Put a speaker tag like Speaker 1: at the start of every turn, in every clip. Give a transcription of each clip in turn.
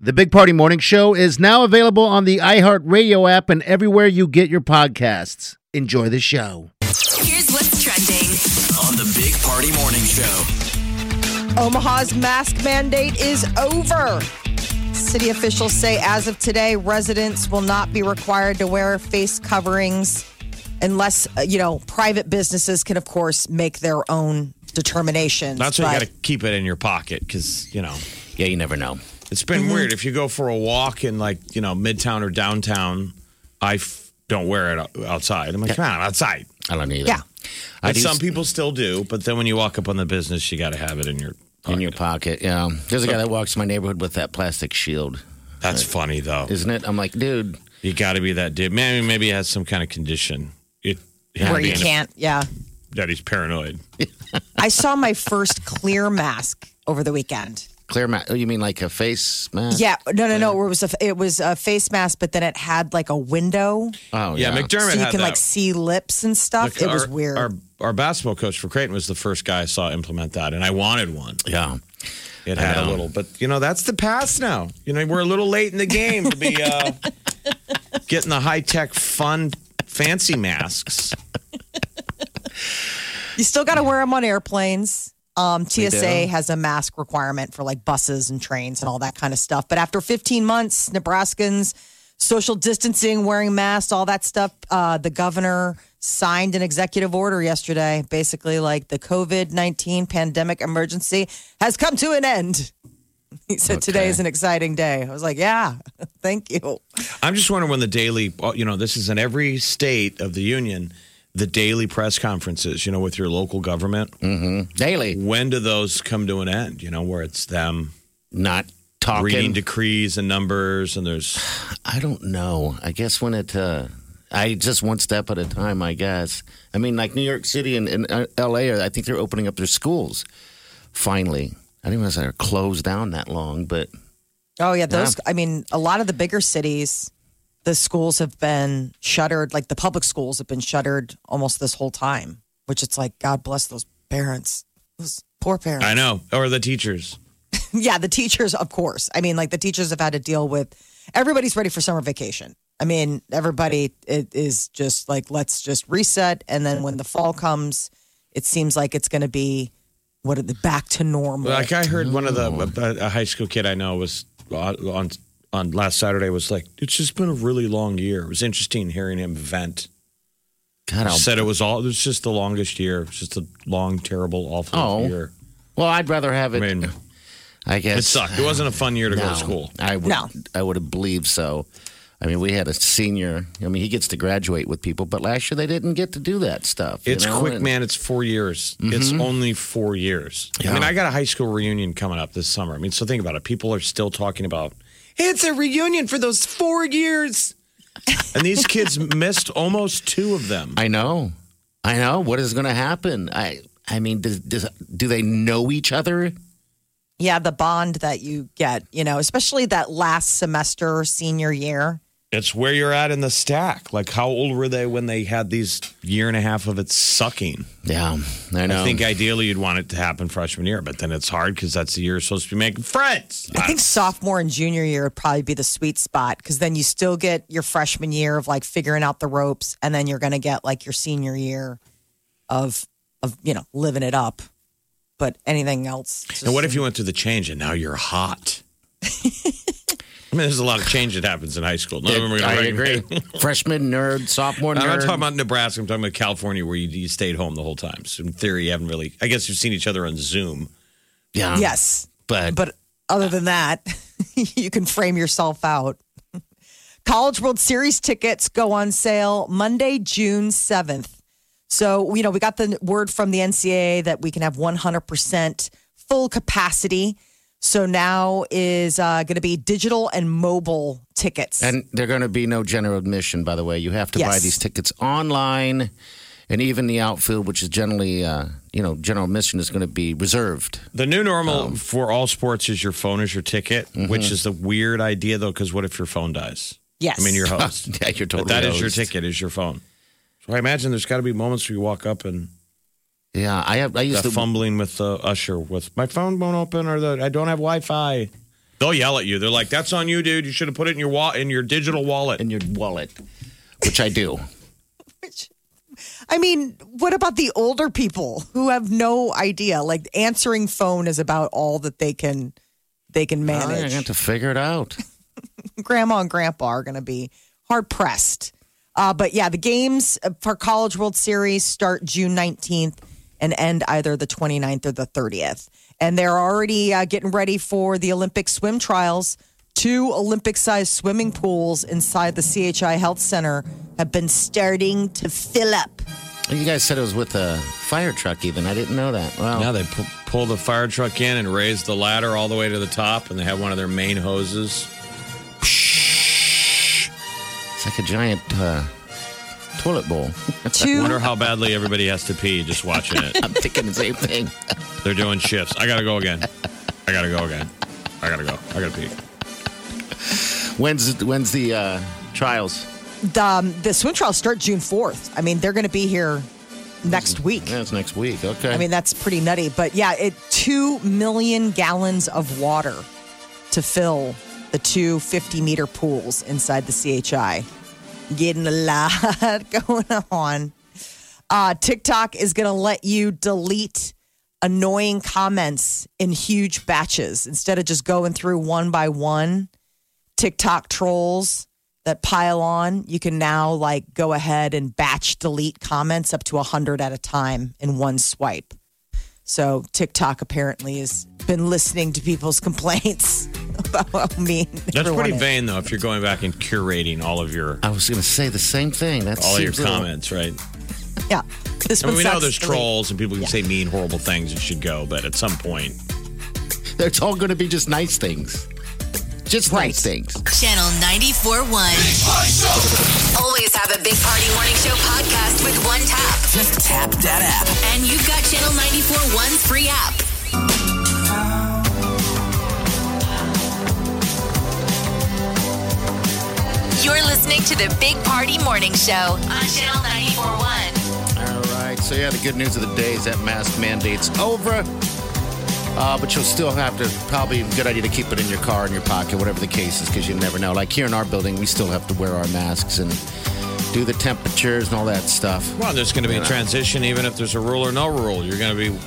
Speaker 1: The Big Party Morning Show is now available on the iHeartRadio app and everywhere you get your podcasts. Enjoy the show.
Speaker 2: Here's what's trending.
Speaker 3: on the Big Party Morning Show.
Speaker 4: Omaha's mask mandate is over. City officials say as of today, residents will not be required to wear face coverings unless, uh, you know, private businesses can, of course, make their own determinations.
Speaker 5: That's why you got
Speaker 4: But-
Speaker 5: to keep it in your pocket because, you know,
Speaker 6: Yeah, you never know.
Speaker 5: it's been
Speaker 4: Mm-hmm.
Speaker 5: weird. If you go for a walk in like, you know, midtown or downtown, I f- don't wear it o- outside. I'm like, come on, outside.
Speaker 6: I don't either.
Speaker 4: Yeah.
Speaker 6: I
Speaker 5: But
Speaker 6: do
Speaker 5: some
Speaker 6: s-
Speaker 5: people still do. But then when you walk up on the business, you got to have it in your
Speaker 6: in your pocket. Yeah, there's a guy that walks my neighborhood with that plastic shield,
Speaker 5: That's funny, though.
Speaker 6: isn't it? I'm like, dude,
Speaker 5: You got to be that dude. Maybe, maybe he has some kind of condition. It, him
Speaker 4: where you
Speaker 5: being a-
Speaker 4: can't, yeah.
Speaker 5: that he's paranoid.
Speaker 4: I saw my first clear mask over the weekend.
Speaker 6: clear ma Oh, you mean like a face mask?
Speaker 4: Yeah, no, no, no. It was a it was a face mask, but then it had like a window,
Speaker 6: Oh,
Speaker 5: yeah,
Speaker 6: yeah.
Speaker 5: McDermott
Speaker 4: so you
Speaker 5: had
Speaker 4: can
Speaker 5: that.
Speaker 4: like see lips and stuff.
Speaker 5: Look,
Speaker 4: it was
Speaker 5: our-
Speaker 4: weird.
Speaker 5: Our, our basketball coach for Creighton was the first guy I saw implement that, and I wanted one.
Speaker 6: yeah.
Speaker 5: It had a
Speaker 6: know.
Speaker 5: little, but you know that's the past now. You know we're a little late in the game to be uh, getting the high tech, fun, fancy masks.
Speaker 4: You still got to wear them on airplanes. Um, TSA
Speaker 6: do.
Speaker 4: has a mask requirement for like buses and trains and all that kind of stuff. But after 15 months, Nebraskans social distancing, wearing masks, all that stuff, uh, the governor signed an executive order yesterday, basically like the COVID 19 pandemic emergency has come to an end. He said today is an exciting day. I was like, yeah, thank you.
Speaker 5: I'm just wondering when the daily, uh, you know, this is in every state of the union, the daily press conferences, you know, with your local government.
Speaker 6: Mm. Daily,
Speaker 5: When do those come to an end? You know, where it's them
Speaker 6: not talking.
Speaker 5: reading decrees and numbers, and there's
Speaker 6: I don't know. I guess when it, uh, I just one step at a time, I guess. I mean, like New York City and, and uh, LA, are, I think they're opening up their schools finally. I didn't realize they were closed down that long, but
Speaker 4: Oh yeah, those. I mean, a lot of the bigger cities, the schools have been shuttered. Like the public schools have been shuttered almost this whole time. Which it's like, God bless those parents, those poor parents.
Speaker 5: I know, or the teachers.
Speaker 4: Yeah, the teachers, of course. I mean, like the teachers have had to deal with. Everybody's ready for summer vacation. I mean, everybody it is just like let's just reset, and then when the fall comes, it seems like it's going to be what are the back to normal.
Speaker 5: Like I heard one of
Speaker 6: Oh,
Speaker 5: the a, a high school kid I know was on on last Saturday was like, it's just been a really long year. It was interesting hearing him vent.
Speaker 6: God, I'll,
Speaker 5: Said it was all. It was just the longest year. It was just a long, terrible, awful
Speaker 6: Oh.
Speaker 5: year.
Speaker 6: well, I'd rather have
Speaker 5: I
Speaker 6: it. I,
Speaker 5: mean,
Speaker 6: guess
Speaker 5: it sucked. It wasn't a fun year to go to school.
Speaker 6: I would,
Speaker 4: No.
Speaker 6: I would have believed so. I mean, we had a senior. I mean, he gets to graduate with people, but last year they didn't get to do that stuff. you
Speaker 5: It's
Speaker 6: know,
Speaker 5: quick,
Speaker 6: and- Mm-hmm.
Speaker 5: man. It's four years. It's only four years. I mean, I got a high school reunion coming up this summer. I mean, so think about it. People are still talking about it's a reunion for those four years. and these kids missed almost two of them.
Speaker 6: I know, I know. What is going to happen? I, I mean, does, does, do they know each other?
Speaker 4: Yeah, the bond that you get, you know, especially that last semester senior year.
Speaker 5: It's where you're at in the stack. Like, how old were they when they had these year and a half of it sucking?
Speaker 6: Yeah, I know.
Speaker 5: I think ideally you'd want it to happen freshman year, but then it's hard because that's the year you're supposed to be making friends.
Speaker 4: I think sophomore and junior year would probably be the sweet spot because then you still get your freshman year of like figuring out the ropes, and then you're going to get like your senior year of of you know living it up. But anything else? it's
Speaker 5: And
Speaker 4: just-
Speaker 5: what if you went through the change and now you're hot? I mean, there's a lot of change that happens in high school. None of them are gonna
Speaker 6: I agree.
Speaker 5: recognize-
Speaker 6: Freshman nerd, sophomore
Speaker 5: I'm not
Speaker 6: nerd.
Speaker 5: talking about Nebraska. I'm talking about California, where you, you stayed home the whole time. So in theory, you haven't really. I guess you've seen each other on Zoom.
Speaker 6: yeah,
Speaker 4: Yes,
Speaker 6: Um, but,
Speaker 4: but other than that, you can frame yourself out. College World Series tickets go on sale Monday, June 7th. So, you know, we got the word from the NCAA that we can have 100% full capacity So now is uh, going to be digital and mobile tickets.
Speaker 6: And there are going to be no general admission, by the way. You have to buy
Speaker 4: Yes.
Speaker 6: these tickets online, and even the outfield, which is generally, uh, you know, general admission is going to be reserved.
Speaker 5: The new normal for all sports is your phone is your ticket, which is the weird idea though, because what if your phone dies?
Speaker 4: yes.
Speaker 5: I mean, your host.
Speaker 6: Yeah, you're totally.
Speaker 5: but that is your
Speaker 6: hosed.
Speaker 5: ticket, is your phone. So I imagine there's got to be moments where you walk up and
Speaker 6: Yeah, I have. I used
Speaker 5: that
Speaker 6: to.
Speaker 5: fumbling with the usher with my phone won't open or the I don't have Wi-Fi. They'll yell at you. They're like, "That's on you, dude. You should have put it in your wa- in your digital wallet."
Speaker 6: in your wallet, which I do.
Speaker 4: I mean, what about the older people who have no idea? Like answering phone is about all that they can they can
Speaker 6: I
Speaker 4: manage.
Speaker 6: have to figure it out.
Speaker 4: grandma and grandpa are going to be hard pressed. Uh, but yeah, the games for College World Series start June 19th and end either the 29th or the 30th. And they're already uh, getting ready for the Olympic swim trials. Two Olympic sized swimming pools inside the CHI Health Center have been starting to fill up.
Speaker 6: You guys said it was with a fire truck, even. I didn't know that. Wow.
Speaker 5: Now they pu- pull the fire truck in and raise the ladder all the way to the top, and they have one of their main hoses.
Speaker 6: It's like a giant uh, toilet bowl.
Speaker 4: Two
Speaker 5: Wonder how badly everybody has to pee just watching it.
Speaker 6: I'm thinking the same thing.
Speaker 5: They're doing shifts. I gotta go again. I gotta go again. I gotta go. I gotta pee.
Speaker 6: When's when's the uh, trials?
Speaker 4: the, um, the swim trials start June 4th. I mean, they're going to be here next week.
Speaker 6: Yeah, it's next week. Okay.
Speaker 4: I mean, that's pretty nutty. But yeah, it two million gallons of water to fill the two 50 meter pools inside the CHI. Getting a lot going on. Uh, TikTok is going to let you delete annoying comments in huge batches instead of just going through one by one. TikTok trolls that pile on, you can now like go ahead and batch delete comments up to 100 at a time in one swipe. So TikTok apparently has been listening to people's complaints about how mean.
Speaker 5: That's
Speaker 4: everyone
Speaker 5: pretty
Speaker 4: is.
Speaker 5: vain though. If you're going back and curating all of your
Speaker 6: I was going to say the same thing. That's
Speaker 5: all your comments, right?
Speaker 4: Yeah. This
Speaker 5: I mean,
Speaker 4: one
Speaker 5: we know
Speaker 4: sucks.
Speaker 5: there's
Speaker 4: Delete.
Speaker 5: trolls and people can say mean, horrible things. It should go, but at some point,
Speaker 6: It's all going to be just nice things. Just nice things.
Speaker 2: Channel 94.1. Always have a Big Party Morning Show podcast with one tap. Just tap that app. And you've got Channel 94.1's free app. You're listening to the Big Party Morning Show on Channel 94.1.
Speaker 6: All right. So yeah, the good news of the day is that mask mandate's over. Uh, but you'll still have to probably good idea to keep it in your car, in your pocket, whatever the case is, because you never know. Like here in our building, we still have to wear our masks and do the temperatures and all that stuff.
Speaker 5: well, there's going to be a
Speaker 6: Yeah.
Speaker 5: transition, even if there's a rule or no rule. You're going to be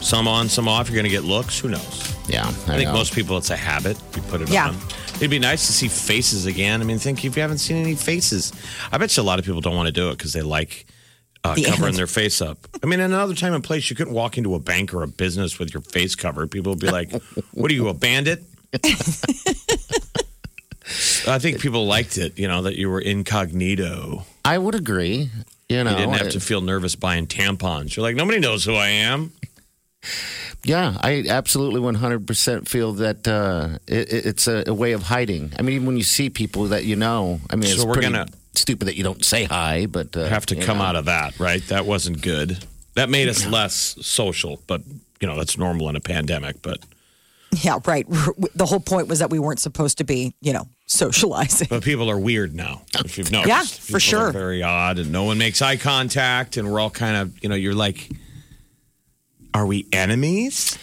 Speaker 5: some on, some off. You're going to get looks. Who knows?
Speaker 6: Yeah,
Speaker 5: I, think
Speaker 6: know.
Speaker 5: most people, it's a habit. You put it
Speaker 4: Yeah.
Speaker 5: on. It'd be nice to see faces again. I mean, think if you haven't seen any faces. I bet you a lot of people don't want to do it because they like uh,
Speaker 4: The
Speaker 5: covering
Speaker 4: image.
Speaker 5: their face up. I mean, in another time and place, you couldn't walk into a bank or a business with your face covered. People would be like, "What are you, a bandit?" I think people liked it, you know, that you were incognito.
Speaker 6: I would agree. You know,
Speaker 5: You didn't have
Speaker 6: it-
Speaker 5: to feel nervous buying tampons. You're like, nobody knows who I am.
Speaker 6: Yeah, I absolutely 100% feel that uh, it, it- it's a, a way of hiding. I mean, even when you see people that you know, I mean,
Speaker 5: So
Speaker 6: it's
Speaker 5: we're
Speaker 6: pretty
Speaker 5: gonna-
Speaker 6: stupid that you don't say hi, but uh,
Speaker 5: have to
Speaker 6: you
Speaker 5: come
Speaker 6: know.
Speaker 5: out of that, right? That wasn't good. That made us less social, but you know that's normal in a pandemic. But
Speaker 4: Yeah, right. The whole point was that we weren't supposed to be, you know, socializing.
Speaker 5: but people are weird now. If you've noticed,
Speaker 4: Yeah, for
Speaker 5: People
Speaker 4: sure.
Speaker 5: are very odd, and no one makes eye contact, and we're all kind of you know you're like, are we enemies?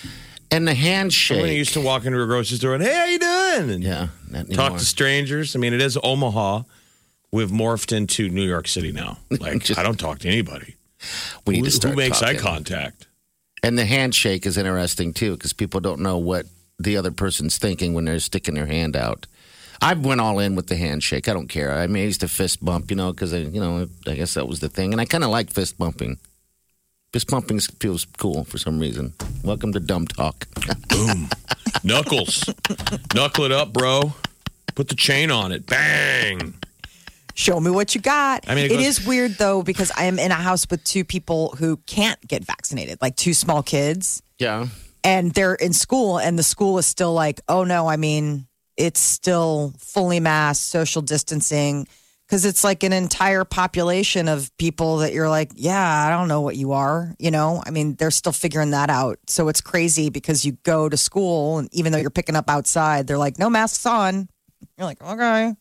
Speaker 6: and the
Speaker 5: When you
Speaker 6: handshake.
Speaker 5: used to walk into a grocery store and hey, how you doing? And
Speaker 6: yeah, not
Speaker 5: talk
Speaker 6: anymore.
Speaker 5: to strangers. I mean, it is Omaha. We've morphed into New York City now. Like
Speaker 6: Just-
Speaker 5: I don't talk to anybody.
Speaker 6: we need
Speaker 5: Who,
Speaker 6: to start
Speaker 5: who makes eye
Speaker 6: talking.
Speaker 5: contact?
Speaker 6: And the handshake is interesting too because people don't know what the other person's thinking when they're sticking their hand out. I went all in with the handshake. I don't care. I mean, I used to fist bump, you know, because I, you know, I guess that was the thing. And I kind of like fist bumping. Fist bumping feels cool for some reason. Welcome to dumb talk.
Speaker 5: Knuckles. Knuckle it up, bro. Put the chain on it. Bang.
Speaker 4: Show me what you got.
Speaker 5: I mean, it
Speaker 4: it
Speaker 5: goes-
Speaker 4: is weird though because I am in a house with two people who can't get vaccinated, like two small kids.
Speaker 6: Yeah,
Speaker 4: and they're in school and the school is still like oh no i mean it's still fully masked social distancing because it's like an entire population of people that you're like yeah i don't know what you are you know i mean they're still figuring that out so it's crazy because you go to school and even though you're picking up outside they're like no masks on you're like okay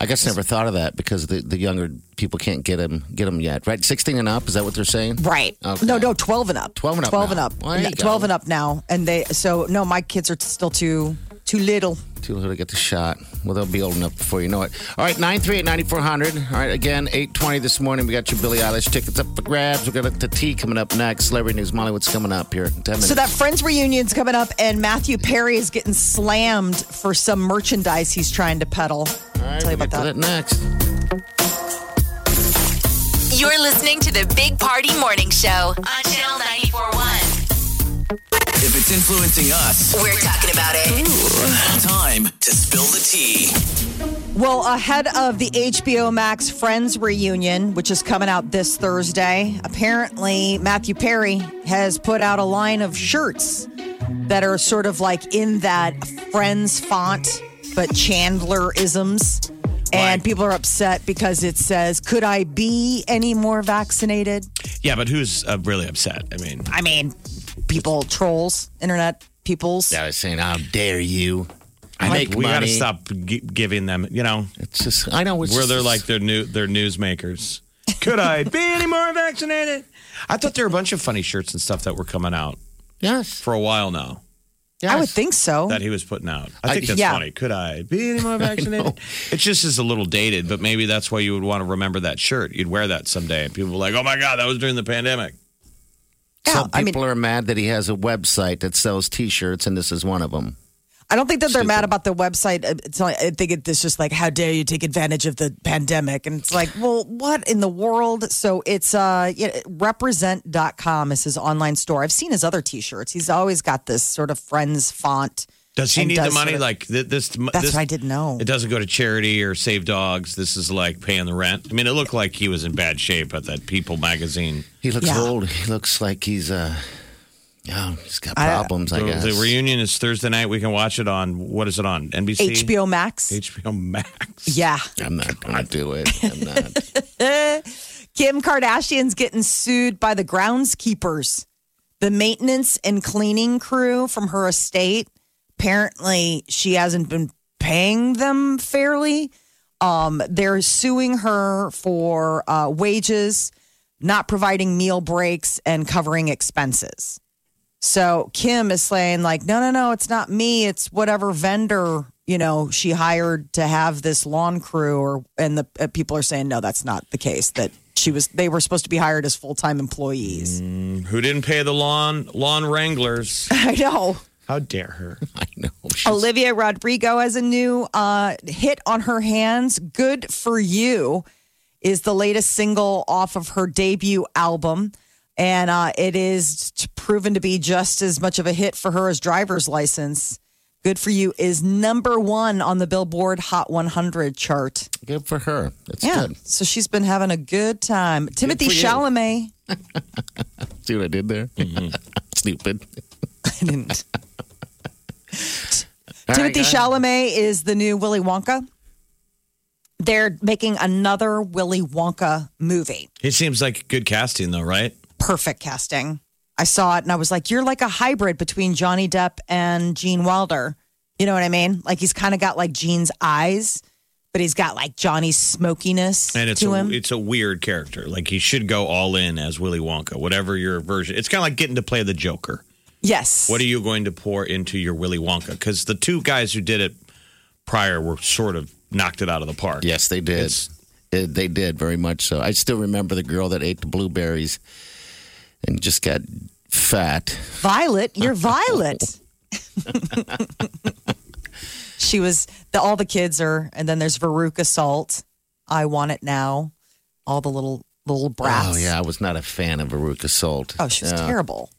Speaker 6: I guess I never thought of that because the, the younger people can't get them get 'em yet, right? Sixteen and up is that what they're saying?
Speaker 4: Right.
Speaker 6: Okay.
Speaker 4: No, no, 12 and up.
Speaker 6: 12 and up
Speaker 4: 12 and
Speaker 6: now.
Speaker 4: up.
Speaker 6: Well, there you
Speaker 4: 12
Speaker 6: go.
Speaker 4: and up now. And they, so no, my kids are still too, too little.
Speaker 6: Too little to get the shot. Well, they'll be old enough before you know it. All right, 938-9400. All right, again, 820 this morning. We got your Billie Eilish tickets up for grabs. We're going to the tea coming up next. Celebrity News Molly, what's coming up here in 10 minutes.
Speaker 4: So that Friends reunion's coming up and Matthew Perry is getting slammed for some merchandise he's trying to peddle.
Speaker 6: All right,
Speaker 4: tell you
Speaker 6: we'll
Speaker 4: about
Speaker 6: get to
Speaker 4: that.
Speaker 6: next.
Speaker 2: You're listening to the Big Party Morning Show on Channel 941.
Speaker 3: If it's influencing us,
Speaker 2: We're talking about it.
Speaker 3: time to spill the tea.
Speaker 4: Well, ahead of the HBO Max Friends reunion, which is coming out this Thursday, apparently Matthew Perry has put out a line of shirts that are sort of like in that Friends font, but Chandler isms. And people are upset because it says, Could I be any more vaccinated?
Speaker 5: Yeah, but who's uh, really upset? I mean,
Speaker 4: I mean, people, trolls, internet peoples.
Speaker 6: Yeah, I was saying, how dare you?
Speaker 5: I think we got to
Speaker 6: money.
Speaker 5: stop gi- giving them. You know,
Speaker 6: It's just, I know. It's
Speaker 5: where they're
Speaker 6: just-
Speaker 5: like their new their newsmakers. Could I be any more vaccinated? I thought there were a bunch of funny shirts and stuff that were coming out
Speaker 6: yes,
Speaker 5: for a while now
Speaker 6: yes.
Speaker 4: I would think so.
Speaker 5: that he was putting out. I think
Speaker 6: I-
Speaker 5: that's
Speaker 4: yeah.
Speaker 5: funny. Could I be any more vaccinated? It just is a little dated, but maybe that's why you would want to remember that shirt. You'd wear that someday, and people were like, "Oh my god, that was during the pandemic."
Speaker 4: Yeah,
Speaker 6: Some
Speaker 4: I mean,
Speaker 6: people are mad that he has a website that sells T-shirts, and this is one of them.
Speaker 4: I don't think that they're mad about the website. It's like, I think it's just like, how dare you take advantage of the pandemic? And it's like, well, what in the world? So it's uh, yeah, represent.com is his online store. I've seen his other t shirts. He's always got this sort of friends font.
Speaker 5: Does he
Speaker 4: and
Speaker 5: need the
Speaker 4: does
Speaker 5: money?
Speaker 4: sort of-
Speaker 5: like th- this?
Speaker 4: That's
Speaker 5: this,
Speaker 4: what I didn't know.
Speaker 5: It doesn't go to charity or save dogs. This is like paying the rent. I mean, it looked like he was in bad shape at that People magazine.
Speaker 6: He looks
Speaker 4: Yeah.
Speaker 6: old. He looks like he's uh, yeah, he's got
Speaker 4: I-
Speaker 6: problems. I,
Speaker 5: The,
Speaker 6: guess.
Speaker 5: the reunion Oh, is Thursday night. We can watch it on what is it on NBC?
Speaker 4: HBO Max.
Speaker 5: HBO Max.
Speaker 4: yeah.
Speaker 6: I'm not gonna do it. I'm not.
Speaker 4: Kim Kardashian's getting sued by the groundskeepers, the maintenance and cleaning crew from her estate. Apparently, she hasn't been paying them fairly. Um, they're suing her for uh, wages, not providing meal breaks, and covering expenses. So Kim is saying, like, no, no, no, it's not me. It's whatever vendor you know she hired to have this lawn crew, or and the uh, people are saying, no, that's not the case. That she was, they were supposed to be hired as full time employees.
Speaker 5: Who didn't pay the lawn lawn wranglers?
Speaker 4: I know.
Speaker 5: How dare her?
Speaker 6: I know. She's-
Speaker 4: Olivia Rodrigo has a new uh, hit on her hands. Good for You is the latest single off of her debut album. And uh, it is t- proven to be just as much of a hit for her as Driver's License. Good for You is number one on the Billboard Hot 100 chart.
Speaker 6: Good for her. That's
Speaker 4: Yeah.
Speaker 6: good.
Speaker 4: So she's been having a good time. Timothy
Speaker 6: for you.
Speaker 4: Chalamet.
Speaker 6: See what I did there?
Speaker 5: Mm-hmm.
Speaker 6: Stupid.
Speaker 4: I didn't.
Speaker 6: All right,
Speaker 4: Timothy
Speaker 6: guys.
Speaker 4: Chalamet is the new Willy Wonka. They're making another Willy Wonka movie.
Speaker 5: It seems like good casting though, right?
Speaker 4: Perfect casting. I saw it and I was like, you're like a hybrid between Johnny Depp and Gene Wilder. You know what I mean? Like he's kind of got like Gene's eyes, but he's got like Johnny's smokiness
Speaker 5: And it's
Speaker 4: to
Speaker 5: a,
Speaker 4: him.
Speaker 5: it's a weird character. Like he should go all in as Willy Wonka, whatever your version. It's kind of like getting to play the Joker.
Speaker 4: yes.
Speaker 5: What are you going to pour into your Willy Wonka? Because the two guys who did it prior were sort of knocked it out of the park.
Speaker 6: Yes, they did.
Speaker 5: It's-
Speaker 6: It- they did very much so. I still remember the girl that ate the blueberries and just got fat.
Speaker 4: Violet, you're Violet. she was the, all the kids are, and then there's Veruca Salt. I want it now. All the little little
Speaker 6: Oh
Speaker 4: brats.
Speaker 6: yeah, I was not a fan of Veruca Salt.
Speaker 4: Oh, she was
Speaker 6: Yeah.
Speaker 4: terrible.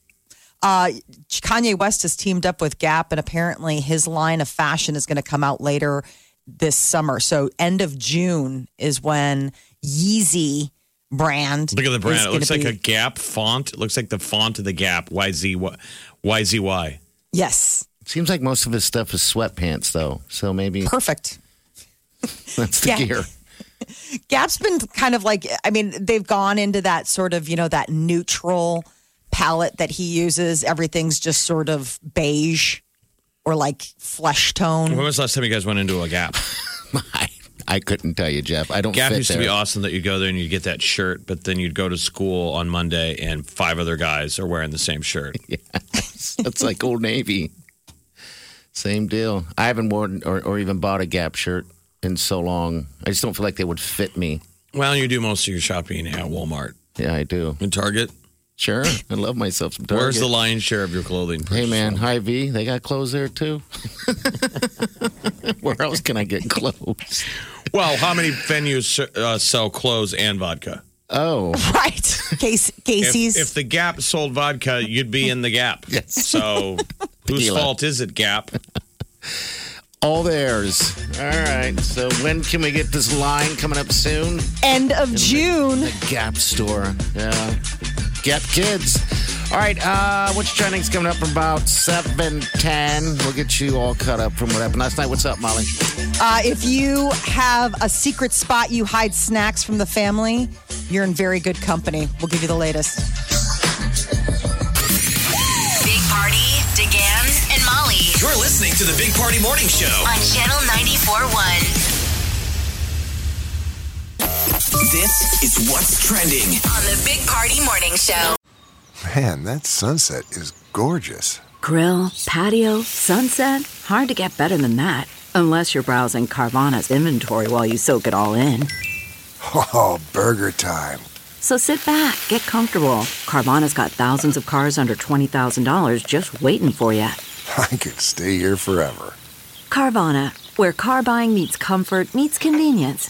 Speaker 4: Uh, Kanye West has teamed up with Gap, and apparently his line of fashion is going to come out later this summer. So end of June is when Yeezy brand.
Speaker 5: Look at the brand.
Speaker 4: is
Speaker 5: It looks
Speaker 4: gonna
Speaker 5: like a
Speaker 4: be-
Speaker 5: Gap font. It looks like the font of the Gap. YZ. What? YZY.
Speaker 4: Yes.
Speaker 6: Seems like most of his stuff is sweatpants, though. So maybe
Speaker 4: Perfect.
Speaker 6: that's the
Speaker 4: Yeah.
Speaker 6: gear.
Speaker 4: Gap's been kind of like, I mean, they've gone into that sort of, you know, that neutral palette that he uses. Everything's just sort of beige or like flesh tone.
Speaker 5: When was the last time you guys went into a Gap?
Speaker 6: I, I couldn't tell you, Jeff. I don't
Speaker 5: Gap
Speaker 6: fit
Speaker 5: used
Speaker 6: there.
Speaker 5: to be awesome that you'd go there and you'd get that shirt, but then you'd go to school on Monday and five other guys are wearing the same shirt.
Speaker 6: That's like Old Navy. Same deal. I haven't worn or, or even bought a Gap shirt in so long. I just don't feel like they would fit me.
Speaker 5: Well, you do most of your shopping at Walmart
Speaker 6: Yeah, I do.
Speaker 5: and Target.
Speaker 6: Sure, I love myself some Target.
Speaker 5: Where's the lion's share of your clothing?
Speaker 6: Hey
Speaker 5: purchase?
Speaker 6: man, High V, they got clothes there too. Where else can I get clothes?
Speaker 5: Well, how many venues uh, sell clothes and vodka?
Speaker 6: Oh,
Speaker 4: Right. Case,
Speaker 5: If,
Speaker 4: Casey's.
Speaker 5: if the Gap sold vodka, you'd be in the Gap. Yes. So, whose
Speaker 6: Tequila.
Speaker 5: fault is it, Gap?
Speaker 6: all theirs. All right. So when can we get this line coming up soon?
Speaker 4: End of June.
Speaker 6: Gap store. Yeah. Gap kids. All right. Uh, what's trending's coming up in about seven ten? We'll get you all caught up from what happened last night. What's up, Molly?
Speaker 4: Uh, if you have a secret spot you hide snacks from the family, you're in very good company. We'll give you the latest.
Speaker 2: Big Party, DeGan, and Molly
Speaker 3: You're listening to the Big Party Morning Show.
Speaker 2: on Channel 94.1
Speaker 3: This is what's trending.
Speaker 2: on the Big Party Morning Show.
Speaker 7: Man, that sunset is gorgeous.
Speaker 8: Grill, patio, sunset. Hard to get better than that. Unless you're browsing Carvana's inventory while you soak it all in.
Speaker 7: Oh, burger time.
Speaker 8: So sit back, get comfortable. Carvana's got thousands of cars under $20,000 just waiting for you.
Speaker 7: I could stay here forever.
Speaker 8: Carvana, where car buying meets comfort, meets convenience.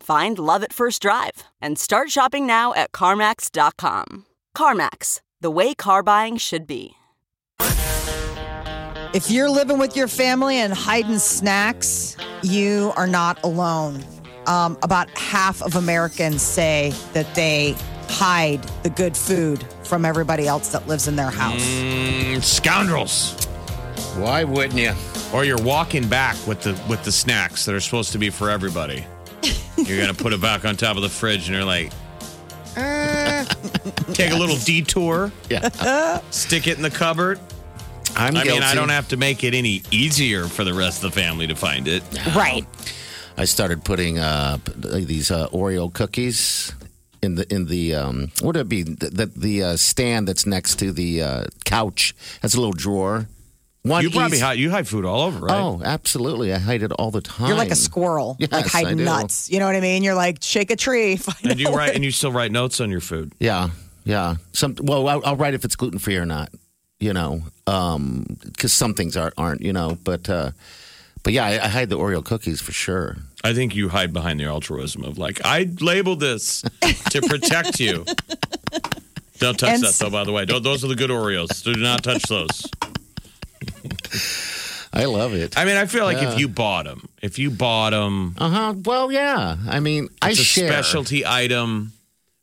Speaker 9: Find love at first drive and start shopping now at CarMax.com. CarMax, the way car buying should be.
Speaker 4: If you're living with your family and hiding snacks, you are not alone. Um, about half of Americans say that they hide the good food from everybody else that lives in their house.
Speaker 5: Mm, scoundrels.
Speaker 6: Why wouldn't you?
Speaker 5: Or you're walking back with the with the snacks that are supposed to be for everybody. You're gonna put it back on top of the fridge, and you're like, eh. take a little detour,
Speaker 6: Uh. Yeah.
Speaker 5: stick it in the cupboard.
Speaker 6: I'm
Speaker 5: I
Speaker 6: guilty.
Speaker 5: mean, I don't have to make it any easier for the rest of the family to find it.
Speaker 4: Right.
Speaker 6: I started putting uh, p- these uh, Oreo cookies in the in the um, what would it be the the, the uh, stand that's next to the uh, couch. That's a little drawer. One
Speaker 5: You probably
Speaker 6: eas-
Speaker 5: hide, you hide food all over, right?
Speaker 6: Oh, absolutely! I hide it all the time.
Speaker 4: You're like a squirrel,
Speaker 6: Yes,
Speaker 4: like
Speaker 6: I
Speaker 4: hiding
Speaker 6: do.
Speaker 4: nuts. You know what I mean? You're like, shake a tree. find
Speaker 5: and you
Speaker 4: out where-
Speaker 5: write and you still write notes on your food.
Speaker 6: Yeah, yeah. Some well, I'll, I'll write if it's gluten free or not. You know, because some things aren't, aren't. You know, but uh, but yeah, I, I hide the Oreo cookies for sure.
Speaker 5: I think you hide behind the altruism of like, I labeled this to protect you. Don't touch
Speaker 4: And
Speaker 5: that, though. By the way, Don't- those are the good Oreos. Do not touch those.
Speaker 6: I love it.
Speaker 5: I mean, I feel like if you bought them, if you bought them,
Speaker 6: Uh huh. Well, yeah. I mean, I
Speaker 5: it's a
Speaker 6: share.
Speaker 5: specialty item.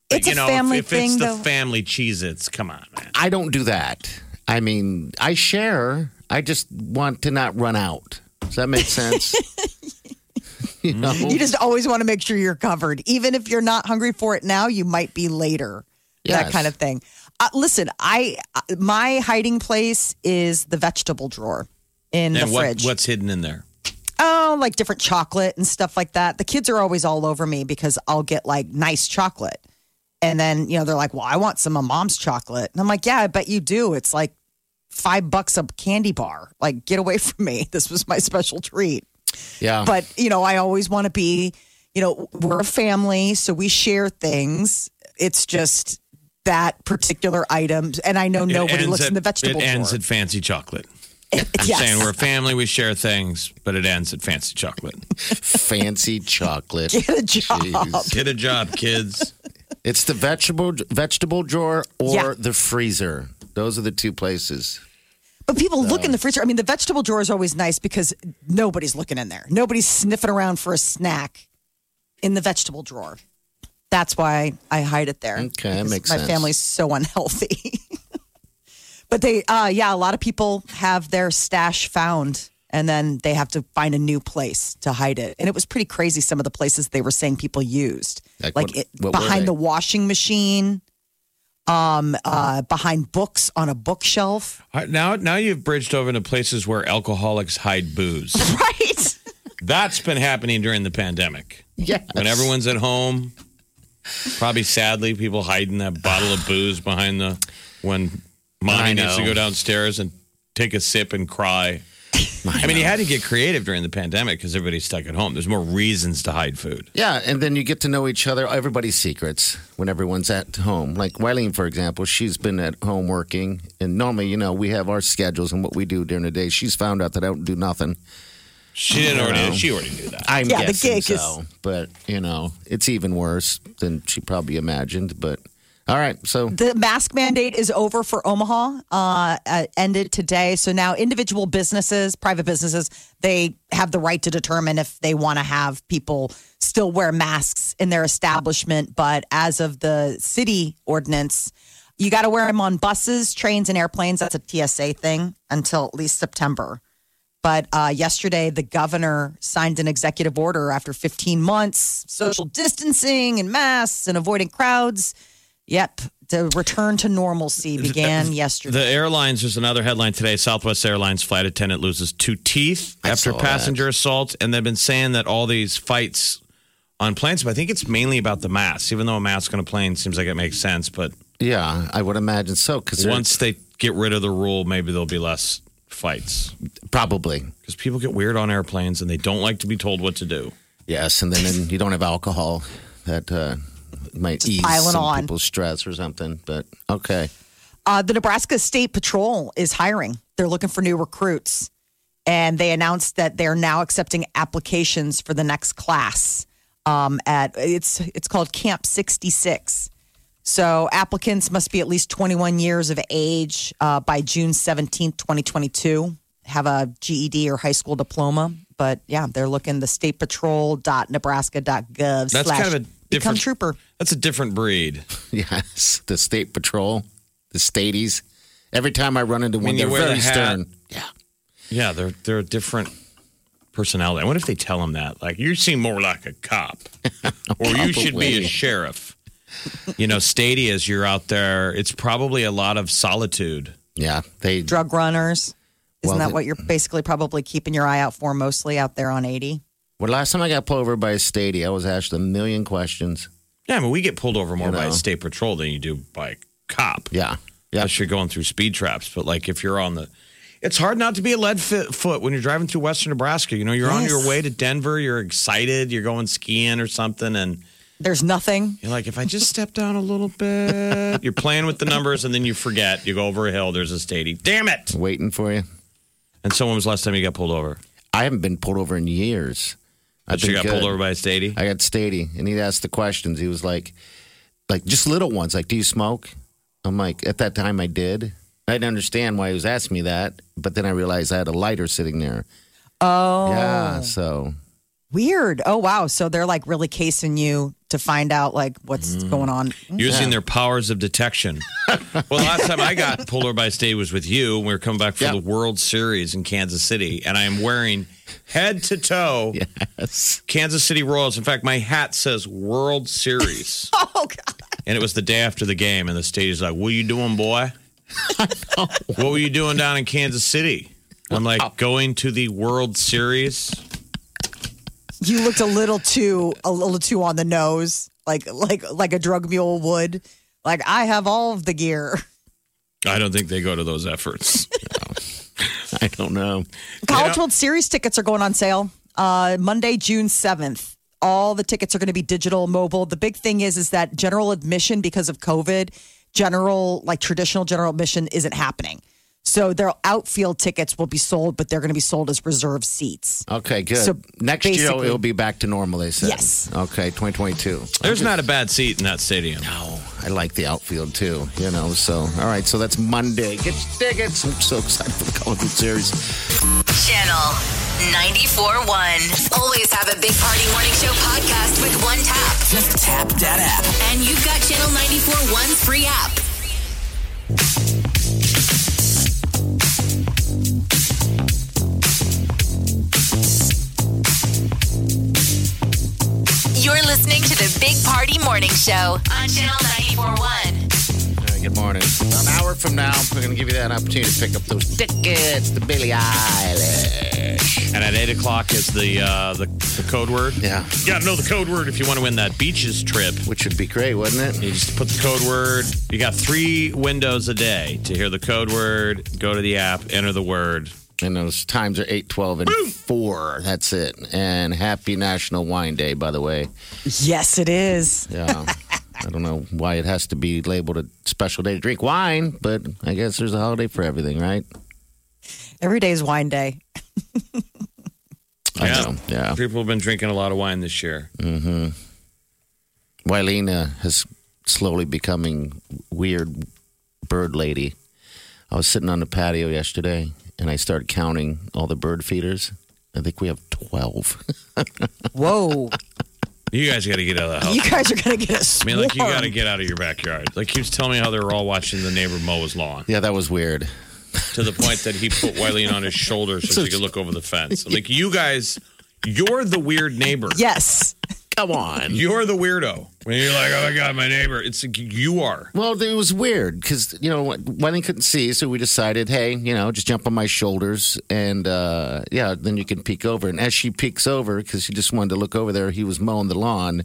Speaker 5: But,
Speaker 4: It's
Speaker 5: you
Speaker 4: a
Speaker 5: know,
Speaker 4: family
Speaker 5: if, if it's
Speaker 4: thing,
Speaker 5: the
Speaker 4: though.
Speaker 5: family Cheez-Its, come on, man.
Speaker 6: I don't do that. I mean, I share. I just want to not run out. Does that make sense? you know,
Speaker 4: You just always want to make sure you're covered. Even if you're not hungry for it now, you might be later. That
Speaker 6: Yes.
Speaker 4: kind of thing. Uh, listen, I uh, my hiding place is the vegetable drawer
Speaker 5: And
Speaker 4: in the
Speaker 5: what,
Speaker 4: fridge.
Speaker 5: what's hidden in there?
Speaker 4: Oh, like different chocolate and stuff like that. The kids are always all over me because I'll get like nice chocolate. And then, you know, they're like, well, I want some of mom's chocolate. And I'm like, yeah, I bet you do. It's like five bucks a candy bar. Like, get away from me. This was my special treat.
Speaker 6: yeah.
Speaker 4: But, you know, I always want to be, you know, we're a family, so we share things. It's just that particular item. And I know nobody
Speaker 5: ends
Speaker 4: looks in the
Speaker 5: at-
Speaker 4: vegetable
Speaker 5: It ends
Speaker 4: drawer.
Speaker 5: at fancy chocolate. I'm saying we're a family, we share things, but it ends at fancy chocolate.
Speaker 6: Fancy chocolate.
Speaker 4: Get a job.
Speaker 6: Jeez.
Speaker 5: Get a job, kids.
Speaker 6: It's the vegetable vegetable drawer or
Speaker 4: Yeah.
Speaker 6: the freezer. Those are the two places.
Speaker 4: But people look in the freezer. I mean, the vegetable drawer is always nice because nobody's looking in there. Nobody's sniffing around for a snack in the vegetable drawer. That's why I hide it there.
Speaker 6: Okay, that
Speaker 4: because
Speaker 6: makes
Speaker 4: my
Speaker 6: sense.
Speaker 4: family's so unhealthy. but they, uh, yeah, a lot of people have their stash found and then they have to find a new place to hide it. And it was pretty crazy some of the places they were saying people used.
Speaker 6: Like
Speaker 4: Like,
Speaker 6: what-
Speaker 4: it,
Speaker 6: what were
Speaker 4: behind
Speaker 6: they?
Speaker 4: the washing machine, um, uh, behind books on a bookshelf.
Speaker 5: All right, Now, now you've bridged over into places where alcoholics hide booze.
Speaker 4: Right.
Speaker 5: That's been happening during the pandemic.
Speaker 6: Yes.
Speaker 5: When everyone's at home, probably sadly, people hiding that bottle of booze behind the when
Speaker 6: I
Speaker 5: mommy needs to
Speaker 6: know.
Speaker 5: go downstairs and take a sip and cry. I, mean, you had to get creative during the pandemic because everybody's stuck at home. There's more reasons to hide food.
Speaker 6: Yeah, and then you get to know each other, everybody's secrets when everyone's at home. Like Wileen, for example, she's been at home working, and normally, you know, we have our schedules and what we do during the day. She's found out that I don't do nothing.
Speaker 5: She didn't already. She already knew that.
Speaker 6: I'm
Speaker 4: Yeah, the
Speaker 6: guessing
Speaker 4: gig is-
Speaker 6: so, but you know, it's even worse than she probably imagined. But all right, so
Speaker 4: The mask mandate is over for Omaha, uh, uh, ended today. So now individual businesses, private businesses, they have the right to determine if they want to have people still wear masks in their establishment. But as of the city ordinance, you got to wear them on buses, trains, and airplanes. That's a TSA thing until at least September. But uh, yesterday, the governor signed an executive order after 15 months, social distancing and masks and avoiding crowds. Yep, the return to normalcy began yesterday.
Speaker 5: The airlines, there's another headline today Southwest Airlines flight attendant loses two teeth after
Speaker 6: saw that.
Speaker 5: passenger assault. And they've been saying that all these fights on planes, but I think it's mainly about the mask, even though a mask on a plane seems like it makes sense. But
Speaker 6: yeah, I would imagine so because
Speaker 5: once they get rid of the rule, maybe there'll be less fights
Speaker 6: probably
Speaker 5: because people get weird on airplanes and they don't like to be told what to do.
Speaker 6: yes, and then, then you don't have alcohol that uh, might ease
Speaker 4: piling
Speaker 6: some
Speaker 4: on.
Speaker 6: people's stress or something. But okay,
Speaker 4: Uh, the Nebraska State Patrol is hiring. They're looking for new recruits. And they announced that they're now accepting applications for the next class um, at it's it's called Camp 66. So applicants must be at least 21 years of age uh, by June 17th, 2022, have a GED or high school diploma. But yeah, they're looking the statepatrol.nebraska.gov
Speaker 5: That's
Speaker 4: slash
Speaker 5: kind of a
Speaker 4: become
Speaker 5: different
Speaker 4: trooper.
Speaker 5: That's a different breed.
Speaker 6: yes, the state patrol, the staties. Every time I run into one,
Speaker 5: mean,
Speaker 6: they're
Speaker 5: you wear
Speaker 6: very
Speaker 5: the hat.
Speaker 6: stern. Yeah,
Speaker 5: Yeah, they're they're a different personality. I wonder if they tell them that. Like, you seem more like a cop, or you should be
Speaker 6: Probably.
Speaker 5: a sheriff. You know, stadias, you're out there. It's probably a lot of solitude.
Speaker 6: yeah, they
Speaker 4: drug runners.
Speaker 6: Well,
Speaker 4: Isn't that
Speaker 6: the-
Speaker 4: what you're basically probably keeping your eye out for mostly out there on 80?
Speaker 6: Well, last time I got pulled over by a statey, I was asked a million questions.
Speaker 5: Yeah, I mean, we get pulled over more
Speaker 6: You
Speaker 5: by a
Speaker 6: know.
Speaker 5: state patrol than you do by a cop.
Speaker 6: Yeah. Yeah.
Speaker 5: Unless you're going through speed traps. But like, if you're on the, it's hard not to be a lead fit, foot when you're driving through Western Nebraska. You know, you're on
Speaker 4: Yes.
Speaker 5: your way to Denver. You're excited. You're going skiing or something, and
Speaker 4: There's nothing.
Speaker 5: You're like, if I just step down a little bit, you're playing with the numbers and then you forget. You go over a hill, there's a stadium. Damn it.
Speaker 6: Waiting for you.
Speaker 5: And so when was the last time you got pulled over?
Speaker 6: I haven't been pulled over in years. I've
Speaker 5: That you
Speaker 6: been
Speaker 5: got
Speaker 6: good.
Speaker 5: pulled over by a stadium?
Speaker 6: I got statey, and he asked the questions. He was like, like just little ones, like, "Do you smoke?" I'm like, at that time, I did. I didn't understand why he was asking me that, but then I realized I had a lighter sitting there.
Speaker 4: Oh,
Speaker 6: Yeah, so
Speaker 4: weird. Oh, wow. So they're like really casing you to find out like what's
Speaker 6: Mm.
Speaker 4: going on.
Speaker 5: Using their powers of detection. well, last time I got pulled over by a stadium was with you. and We were coming back from
Speaker 6: Yeah.
Speaker 5: the World Series in Kansas City, and I am wearing head to toe
Speaker 6: yes,
Speaker 5: Kansas City Royals. In fact, my hat says World Series.
Speaker 4: Oh, God.
Speaker 5: And it was the day after the game, and the stadium's like, "What you doing, boy? what were you doing down in Kansas City?" I'm like, "Going to the World Series."
Speaker 4: You looked a little too, a little too on the nose, like, like, like a drug mule would. Like, I have all of the gear.
Speaker 5: I don't think they go to those efforts.
Speaker 6: I don't know.
Speaker 4: College World Series tickets are going on sale uh, Monday, June seventh. All the tickets are going to be digital, mobile. The big thing is is that general admission because of COVID, general like traditional general admission isn't happening. So their outfield tickets will be sold, but they're going to be sold as reserve seats.
Speaker 6: Okay, good.
Speaker 4: So
Speaker 6: Next year
Speaker 4: basically-
Speaker 6: it'll be back to normal. They said.
Speaker 4: Yes.
Speaker 6: Okay, 2022.
Speaker 5: There's not a bad seat in that stadium.
Speaker 6: Oh, I like the outfield too. You know. So all right. So that's Monday. Get your tickets. I'm so excited for the Call of Duty series.
Speaker 2: Channel 94.1. Always have a Big Party Morning Show podcast with one tap. Just tap that app. And you've got Channel 94.1's free app. You're listening to the Big Party Morning Show on Channel 94.1.
Speaker 6: All right, good morning. An hour from now, we're gonna give you that opportunity to pick up those tickets to Billie Eilish.
Speaker 5: And at eight o'clock is the uh, the, the code word.
Speaker 6: Yeah,
Speaker 5: You gotta know the code word if you want to win that beaches trip.
Speaker 6: which would be great, wouldn't it?
Speaker 5: You just put the code word. You got three windows a day to hear the code word. Go to the app, enter the word.
Speaker 6: And those times are 8, 12, and 4. That's it. And happy National Wine Day, by the way.
Speaker 4: Yes, it is.
Speaker 6: Yeah. I don't know why it has to be labeled a special day to drink wine, but I guess there's a holiday for everything, right?
Speaker 4: Every day is wine day.
Speaker 6: I
Speaker 5: Yeah.
Speaker 6: know. Yeah.
Speaker 5: People have been drinking a lot of wine this year.
Speaker 6: Wileen uh, has slowly becoming weird bird lady. I was sitting on the patio yesterday and I started counting all the bird feeders. I think we have 12.
Speaker 4: Whoa.
Speaker 5: You guys got to get out of the house.
Speaker 4: you guys are going to get a
Speaker 5: I mean, like you got to get out of your backyard. Like he was telling me how they were all watching the neighbor mow his lawn
Speaker 6: yeah, that was weird.
Speaker 5: to the point that he put Wileen on his shoulder so she could look over the fence. I'm like you guys, you're the weird neighbor.
Speaker 4: Yes.
Speaker 6: Come on.
Speaker 5: You're the weirdo. When you're like, oh my god, my neighbor. It's like you are.
Speaker 6: Well, it was weird because you know Wendy couldn't see, so we decided, hey, you know, just jump on my shoulders, and uh, yeah, then you can peek over. And as she peeks over, because she just wanted to look over there, he was mowing the lawn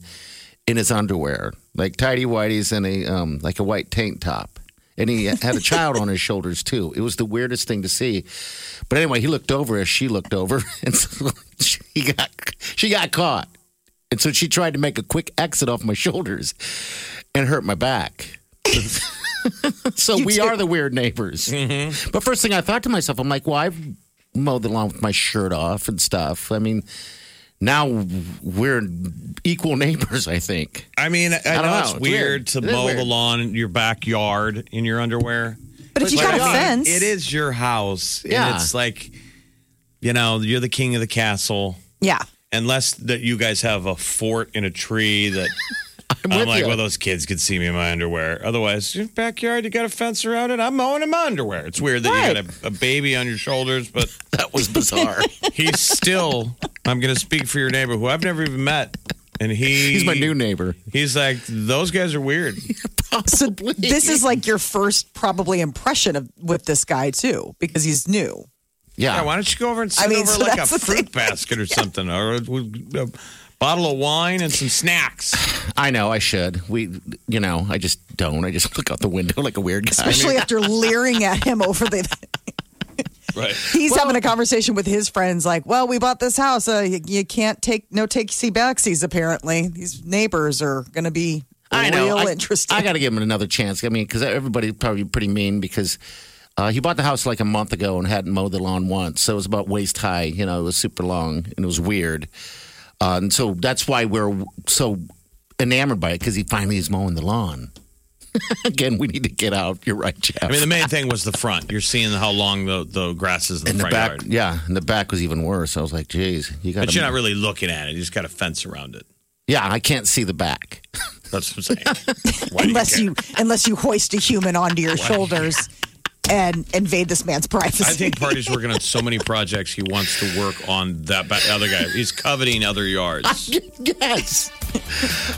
Speaker 6: in his underwear, like tidy whities and a um, like a white tank top, and he had a child on his shoulders too. It was the weirdest thing to see. But anyway, he looked over as she looked over, and so she got she got caught. And so she tried to make a quick exit off my shoulders and hurt my back. so we are the weird neighbors. But first thing I thought to myself, I'm like, well, I've mowed the lawn with my shirt off and stuff. I mean, now we're equal neighbors, I think.
Speaker 5: I mean, I, know,
Speaker 6: don't know.
Speaker 5: it's
Speaker 6: It's
Speaker 5: weird
Speaker 6: weird.
Speaker 5: to
Speaker 6: It is
Speaker 5: mow the
Speaker 6: weird.
Speaker 5: lawn in your backyard in your underwear.
Speaker 4: But if you
Speaker 6: Like,
Speaker 4: got a
Speaker 6: I mean,
Speaker 4: fence,
Speaker 5: It is your house.
Speaker 6: Yeah.
Speaker 5: And it's like, you know, you're the king of the castle.
Speaker 4: Yeah.
Speaker 5: Unless that you guys have a fort in a tree that
Speaker 6: I'm,
Speaker 5: I'm
Speaker 6: with
Speaker 5: like,
Speaker 6: you.
Speaker 5: well, those kids could see me in my underwear. Otherwise, your backyard, you got a fence around it. I'm mowing in my underwear. It's weird that you got a, a baby on your shoulders, but
Speaker 6: that was bizarre.
Speaker 5: he's still, I'm going to speak for your neighbor who I've never even met. And he,
Speaker 6: He's my new neighbor.
Speaker 5: He's like, those guys are weird.
Speaker 4: So this is like your first probably impression of with this guy too, because he's new.
Speaker 6: Yeah.
Speaker 5: Yeah, why don't you go over and sit
Speaker 4: I mean,
Speaker 5: over
Speaker 4: so
Speaker 5: like a
Speaker 4: that's the
Speaker 5: fruit
Speaker 4: thing.
Speaker 5: basket or something, or a, a bottle of wine and some snacks.
Speaker 6: I know I should. We, you know, I just don't. I just look out the window like a weird guy.
Speaker 4: Especially after leering at him over the
Speaker 5: Right.
Speaker 4: he's having a conversation with his friends like, "Well, we bought this house. Uh, you, you can't take no takesy backsies apparently. These neighbors are going to be
Speaker 6: I know.
Speaker 4: real
Speaker 6: I,
Speaker 4: interesting."
Speaker 6: I got to give him another chance. I mean, because everybody probably pretty mean because uh, he bought the house like a month ago and hadn't mowed the lawn once, so it was about waist high. You know, it was super long and it was weird. Uh, and so that's why we're so enamored by it because he finally is mowing the lawn. Again, we need to get out. You're right, Jeff.
Speaker 5: I mean, the main thing was the front. You're seeing how long the, the grass is in the
Speaker 6: and the
Speaker 5: front
Speaker 6: back,
Speaker 5: yard.
Speaker 6: yeah, and the back was even worse. I was like, "Geez, you got."
Speaker 5: But you're not really looking at it. You just got a fence around it.
Speaker 6: Yeah, I can't see the back.
Speaker 5: That's what I'm saying. Why do
Speaker 4: unless
Speaker 5: care?
Speaker 4: you unless you hoist a human onto your shoulders and invade this man's privacy.
Speaker 5: I think Party's working on so many projects he wants to work on that ba- other guy. He's coveting other yards.
Speaker 6: yes.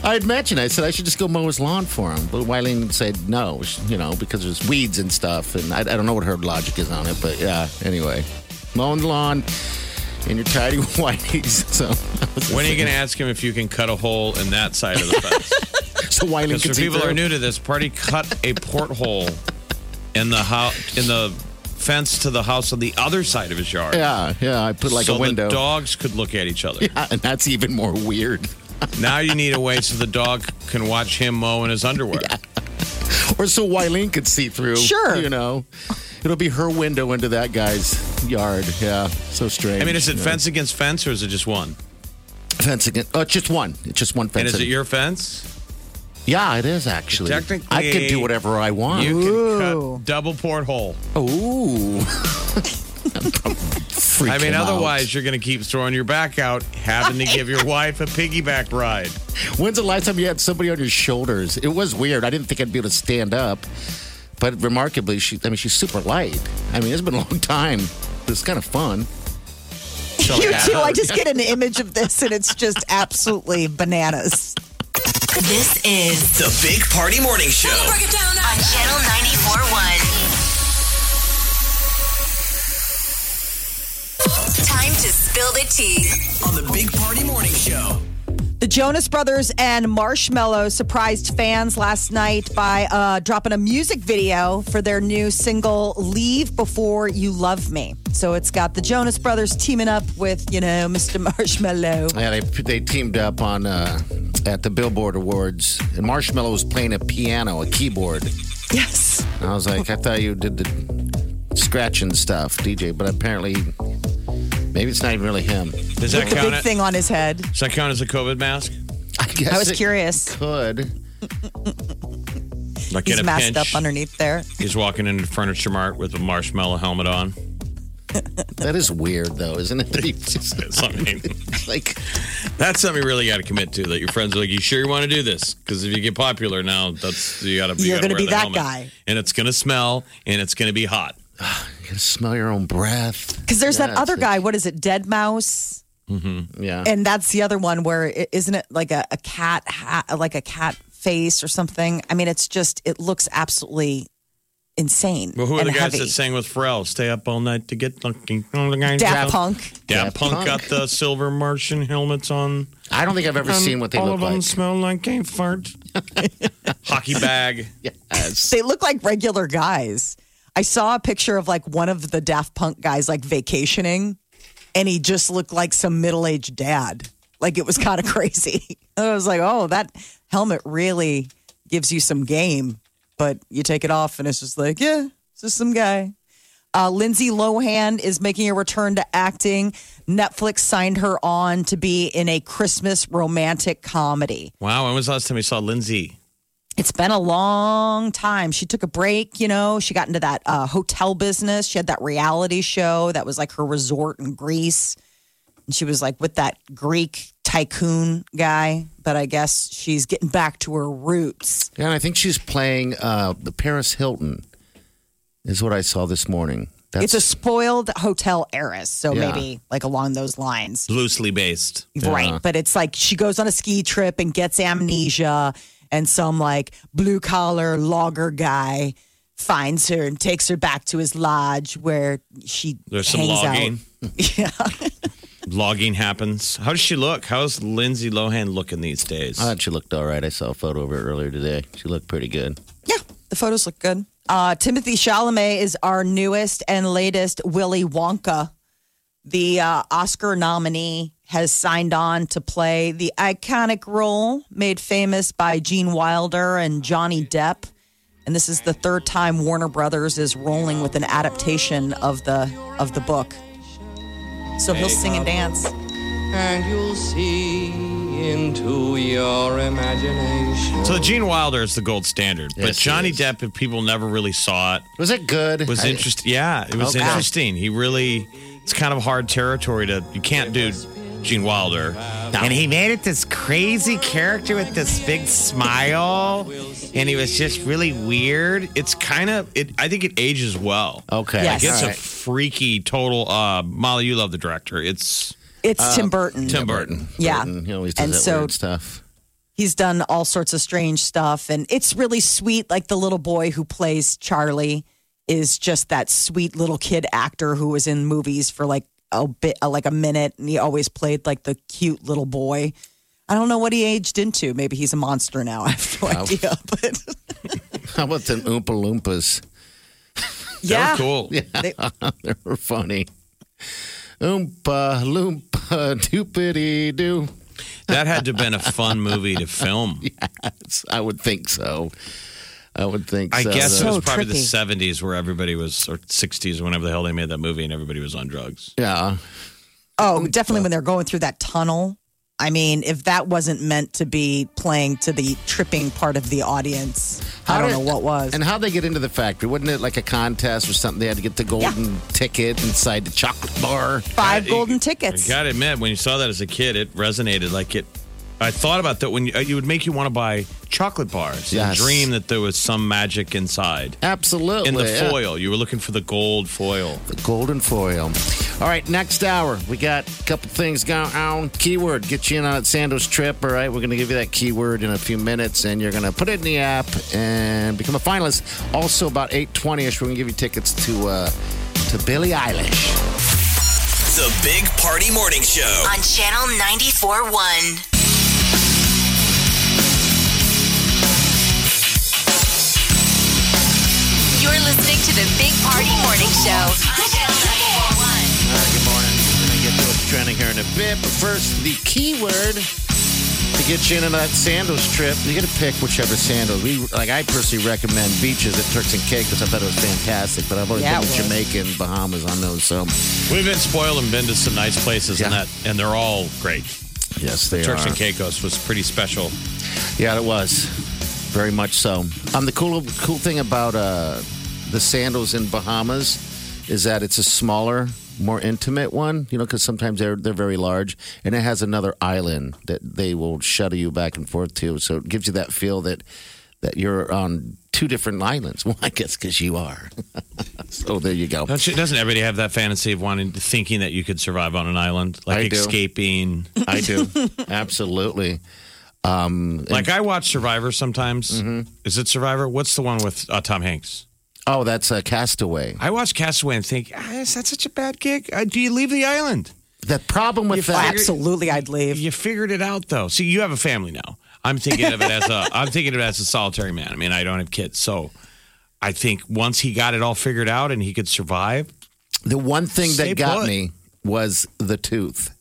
Speaker 6: I had mentioned, I said I should just go mow his lawn for him. But Wileen said no, sh- you know, because there's weeds and stuff. And I, I don't know what her logic is on it, but yeah, anyway. Mowing the lawn and your tidy whiteys. So,
Speaker 5: When are you going to ask him if you can cut a hole in that side of the fence?
Speaker 6: so Wileen
Speaker 5: Because
Speaker 6: can
Speaker 5: for
Speaker 6: see
Speaker 5: people who are
Speaker 6: through.
Speaker 5: new to this, Party cut a porthole in the house in the fence to the house on the other side of his yard.
Speaker 6: Yeah, yeah. I put like
Speaker 5: so
Speaker 6: a window.
Speaker 5: the dogs could look at each other.
Speaker 6: Ah, and that's even more weird.
Speaker 5: Now you need a way so the dog can watch him mow in his underwear.
Speaker 6: Or so Wileen could see through.
Speaker 4: Sure.
Speaker 6: You know. It'll be her window into that guy's yard. Yeah, so strange.
Speaker 5: I mean, is it
Speaker 6: Yeah.
Speaker 5: fence against fence or is it just one?
Speaker 6: Fence again? Oh, it's just one. It's just one fence.
Speaker 5: And is it
Speaker 6: in-
Speaker 5: your fence?
Speaker 6: Yeah, it is actually.
Speaker 5: Technically,
Speaker 6: I can do whatever I want.
Speaker 5: You can
Speaker 4: Ooh.
Speaker 5: cut double porthole.
Speaker 6: Ooh.
Speaker 5: I mean, otherwise
Speaker 6: Out.
Speaker 5: you're going to keep throwing your back out, having to give your wife a piggyback ride.
Speaker 6: When's the last time you had somebody on your shoulders? It was weird. I didn't think I'd be able to stand up, but remarkably, she—I mean, she's super light. I mean, it's been a long time. It's kind of fun.
Speaker 4: You too. I just get an image of this, and it's just absolutely bananas.
Speaker 2: This is
Speaker 3: The Big Party Morning Show.
Speaker 2: on Channel 94.1. Time to spill the tea.
Speaker 3: On the Big Party Morning Show.
Speaker 4: The Jonas Brothers and Marshmello surprised fans last night by uh, dropping a music video for their new single "Leave Before You Love Me." So it's got the Jonas Brothers teaming up with you know Mr. Marshmello.
Speaker 6: Yeah, they they teamed up on uh, at the Billboard Awards, and Marshmello was playing a piano, a keyboard.
Speaker 4: Yes.
Speaker 6: And I was like, I thought you did the scratching stuff, DJ, but apparently, maybe it's not even really him.
Speaker 5: Does that
Speaker 4: With the
Speaker 5: count?
Speaker 4: big
Speaker 5: It?
Speaker 4: thing on his head.
Speaker 5: Does that count as a COVID mask?
Speaker 6: I guess
Speaker 4: I was
Speaker 6: it
Speaker 4: curious.
Speaker 6: Could
Speaker 5: Like in
Speaker 4: He's
Speaker 5: a
Speaker 4: masked
Speaker 5: pinch,
Speaker 4: up underneath there.
Speaker 5: he's walking into Furniture Mart with a marshmallow helmet on.
Speaker 6: that is weird though, isn't it? He just-
Speaker 5: That's something.
Speaker 6: like
Speaker 5: That's something you really got to commit to. That your friends are like, "You sure you want to do this?" Because if you get popular now, that's you got to.
Speaker 4: You're
Speaker 5: going to
Speaker 4: gonna be that guy.
Speaker 5: and it's going to smell, and it's going to be hot.
Speaker 6: you gotta smell your own breath.
Speaker 4: Because there's that
Speaker 6: Yeah,
Speaker 4: other
Speaker 6: it's- Mm-hmm.
Speaker 4: guy. What is it? Dead Mouse.
Speaker 6: Yeah,
Speaker 4: And that's the other one where is isn't it like a, a cat hat, like a cat face or something? I mean, it's just it looks absolutely insane
Speaker 5: Well, who are
Speaker 4: and
Speaker 5: the guys
Speaker 4: heavy.
Speaker 5: that sang with Pharrell? Stay up all night to get lucky. Daft
Speaker 4: Daft Punk.
Speaker 5: Daft
Speaker 6: Daft
Speaker 5: Punk got
Speaker 6: Punk.
Speaker 5: the silver Martian helmets on.
Speaker 6: I don't think I've ever
Speaker 5: And
Speaker 6: seen what they
Speaker 5: Um, all
Speaker 6: look
Speaker 5: of them
Speaker 6: like.
Speaker 5: smell like a fart. Hockey bag.
Speaker 6: Yes.
Speaker 4: They look like regular guys. I saw a picture of like one of the Daft Punk guys like vacationing, and he just looked like some middle aged dad. Like it was kind of crazy. I was like, oh, that helmet really gives you some game, but you take it off and it's just like, yeah, it's just some guy. Uh, Lindsay Lohan is making a return to acting. Netflix signed her on to be in a Christmas romantic comedy.
Speaker 5: Wow, when was the last time you saw Lindsay?
Speaker 4: It's been a long time. She took a break, you know. She got into that uh, hotel business. She had that reality show that was like her resort in Greece. And she was like with that Greek tycoon guy. But I guess she's getting back to her roots.
Speaker 6: Yeah, and I think she's playing uh, the Paris Hilton. Is what I saw this morning. That's
Speaker 4: It's a spoiled hotel heiress. So
Speaker 6: Yeah.
Speaker 4: maybe like along those lines.
Speaker 5: Loosely based.
Speaker 4: Right. But it's like she goes on a ski trip and gets amnesia, and some like blue collar logger guy finds her and takes her back to his lodge where she
Speaker 5: There's some
Speaker 4: hangs
Speaker 5: logging.
Speaker 4: out. Yeah.
Speaker 5: Logging happens. How does she look? How's Lindsay Lohan looking these days?
Speaker 6: I thought Ah, she looked all right. I saw a photo of her earlier today. She looked pretty good.
Speaker 4: Yeah. The photos look good. Uh, Timothy Chalamet is our newest and latest Willy Wonka. The uh, Oscar nominee has signed on to play the iconic role made famous by Gene Wilder and Johnny Depp. And this is the third time Warner Brothers is rolling with an adaptation of the of the book. So he'll sing and dance.
Speaker 10: and you'll see into your imagination.
Speaker 5: so Gene Wilder is the gold standard, but
Speaker 6: Yes, he
Speaker 5: Johnny
Speaker 6: is.
Speaker 5: Depp, if people never really saw it,
Speaker 6: Was it good?
Speaker 5: was
Speaker 6: I-
Speaker 5: interesting. Yeah, it was
Speaker 6: Okay.
Speaker 5: interesting. He really, it's kind of hard territory to, you can't do Gene Wilder. And he made it this crazy character with this big smile, and he was just really weird. Oh, It's kind of, it. I think it ages well.
Speaker 6: Okay.
Speaker 4: Yes.
Speaker 5: It's
Speaker 6: all
Speaker 5: a
Speaker 6: right.
Speaker 5: freaky total. Uh, Molly, you love the director. It's
Speaker 4: It's Tim Burton.
Speaker 5: Uh, Tim Burton.
Speaker 4: Yeah.
Speaker 6: Burton. He always does
Speaker 4: And
Speaker 6: that
Speaker 4: so-
Speaker 6: weird stuff.
Speaker 4: he's done all sorts of strange stuff and it's really sweet like the little boy who plays charlie is just that sweet little kid actor who was in movies for like a bit uh, like a minute and he always played like the cute little boy i don't know what he aged into maybe he's a monster now i have no idea but
Speaker 6: How about the Oompa Loompas?
Speaker 5: they're
Speaker 4: yeah
Speaker 5: cool.
Speaker 6: they were funny. Oompa Loompa Doopity Doo.
Speaker 5: That had to have been a fun movie to film.
Speaker 6: I would think so. I would think.
Speaker 5: I
Speaker 6: so.
Speaker 5: guess it was
Speaker 6: So-
Speaker 5: probably
Speaker 4: tricky.
Speaker 5: the 70s where everybody was, or 60s, whenever the hell they made that movie and everybody was on drugs.
Speaker 6: Yeah.
Speaker 4: Oh, definitely when they're going through that tunnel. I mean, if that wasn't meant to be playing to the tripping part of the audience, I
Speaker 6: How
Speaker 4: don't
Speaker 6: did-
Speaker 4: know what was.
Speaker 6: And how they get into the factory? Wasn't it like a contest or something? They had to get the golden ticket inside the chocolate bar.
Speaker 4: Five
Speaker 5: I-
Speaker 4: golden
Speaker 5: I
Speaker 4: tickets.
Speaker 5: gotta admit, when you saw that as a kid, it resonated. Like it, I thought about that when you, it would make you want to buy chocolate bars. and
Speaker 6: Yes.
Speaker 5: dream that there was some magic inside.
Speaker 6: Absolutely.
Speaker 5: In the
Speaker 6: yeah.
Speaker 5: foil, you were looking for the gold foil.
Speaker 6: The golden foil. All right, next hour, we got a couple things going on. Keyword, get you in on Sando's trip. All right, we're going to give you that keyword in a few minutes, and you're going to put it in the app and become a finalist. Also, about 820-ish, we're going to give you tickets to, uh, to Billie Eilish.
Speaker 3: The Big Party Morning Show.
Speaker 2: on Channel 94.1. You're listening to the Big Party Morning Show on Channel 94.1.
Speaker 6: All right, good morning. We're going to get to what's trending here in a bit, but first, the keyword to get you in on that Sando's trip. You got to pick whichever Sando's. We like. I personally recommend beaches at Turks and Caicos. I thought it was fantastic, but I've always
Speaker 4: Yeah,
Speaker 6: been
Speaker 4: it
Speaker 6: to
Speaker 4: was.
Speaker 6: Jamaica and Bahamas on those. So
Speaker 5: We've been spoiled and been to some nice places, and
Speaker 6: Yeah.
Speaker 5: that, and they're all great.
Speaker 6: yes, they
Speaker 5: Turks
Speaker 6: are.
Speaker 5: and Caicos was pretty special.
Speaker 6: Yeah, it was. Very much so. Um, the cool cool thing about uh, the sandals in Bahamas is that it's a smaller, more intimate one. You know, because sometimes they're they're very large, and it has another island that they will shuttle you back and forth to. So it gives you that feel that that you're on two different islands. Well, I guess because you are. so there you go.
Speaker 5: Don't you, doesn't everybody have that fantasy of wanting, thinking that you could survive on an island, like
Speaker 6: I do.
Speaker 5: escaping?
Speaker 6: I do absolutely.
Speaker 5: like I watch Survivor sometimes.
Speaker 6: Mm-hmm.
Speaker 5: Is it Survivor? What's the one with uh, Tom Hanks?
Speaker 6: Oh, that's a castaway.
Speaker 5: I watch Castaway and think, ah, is that such a bad gig? Uh, do you leave the island?
Speaker 6: The problem with
Speaker 5: You
Speaker 6: that.
Speaker 4: Absolutely, I'd leave.
Speaker 5: You figured it out though. See, you have a family now. I'm thinking of it as a I'm thinking of it as a solitary man. I mean, I don't have kids, so I think once he got it all figured out and he could survive.
Speaker 6: The one thing
Speaker 5: Stay
Speaker 6: that got
Speaker 5: put.
Speaker 6: me was the tooth.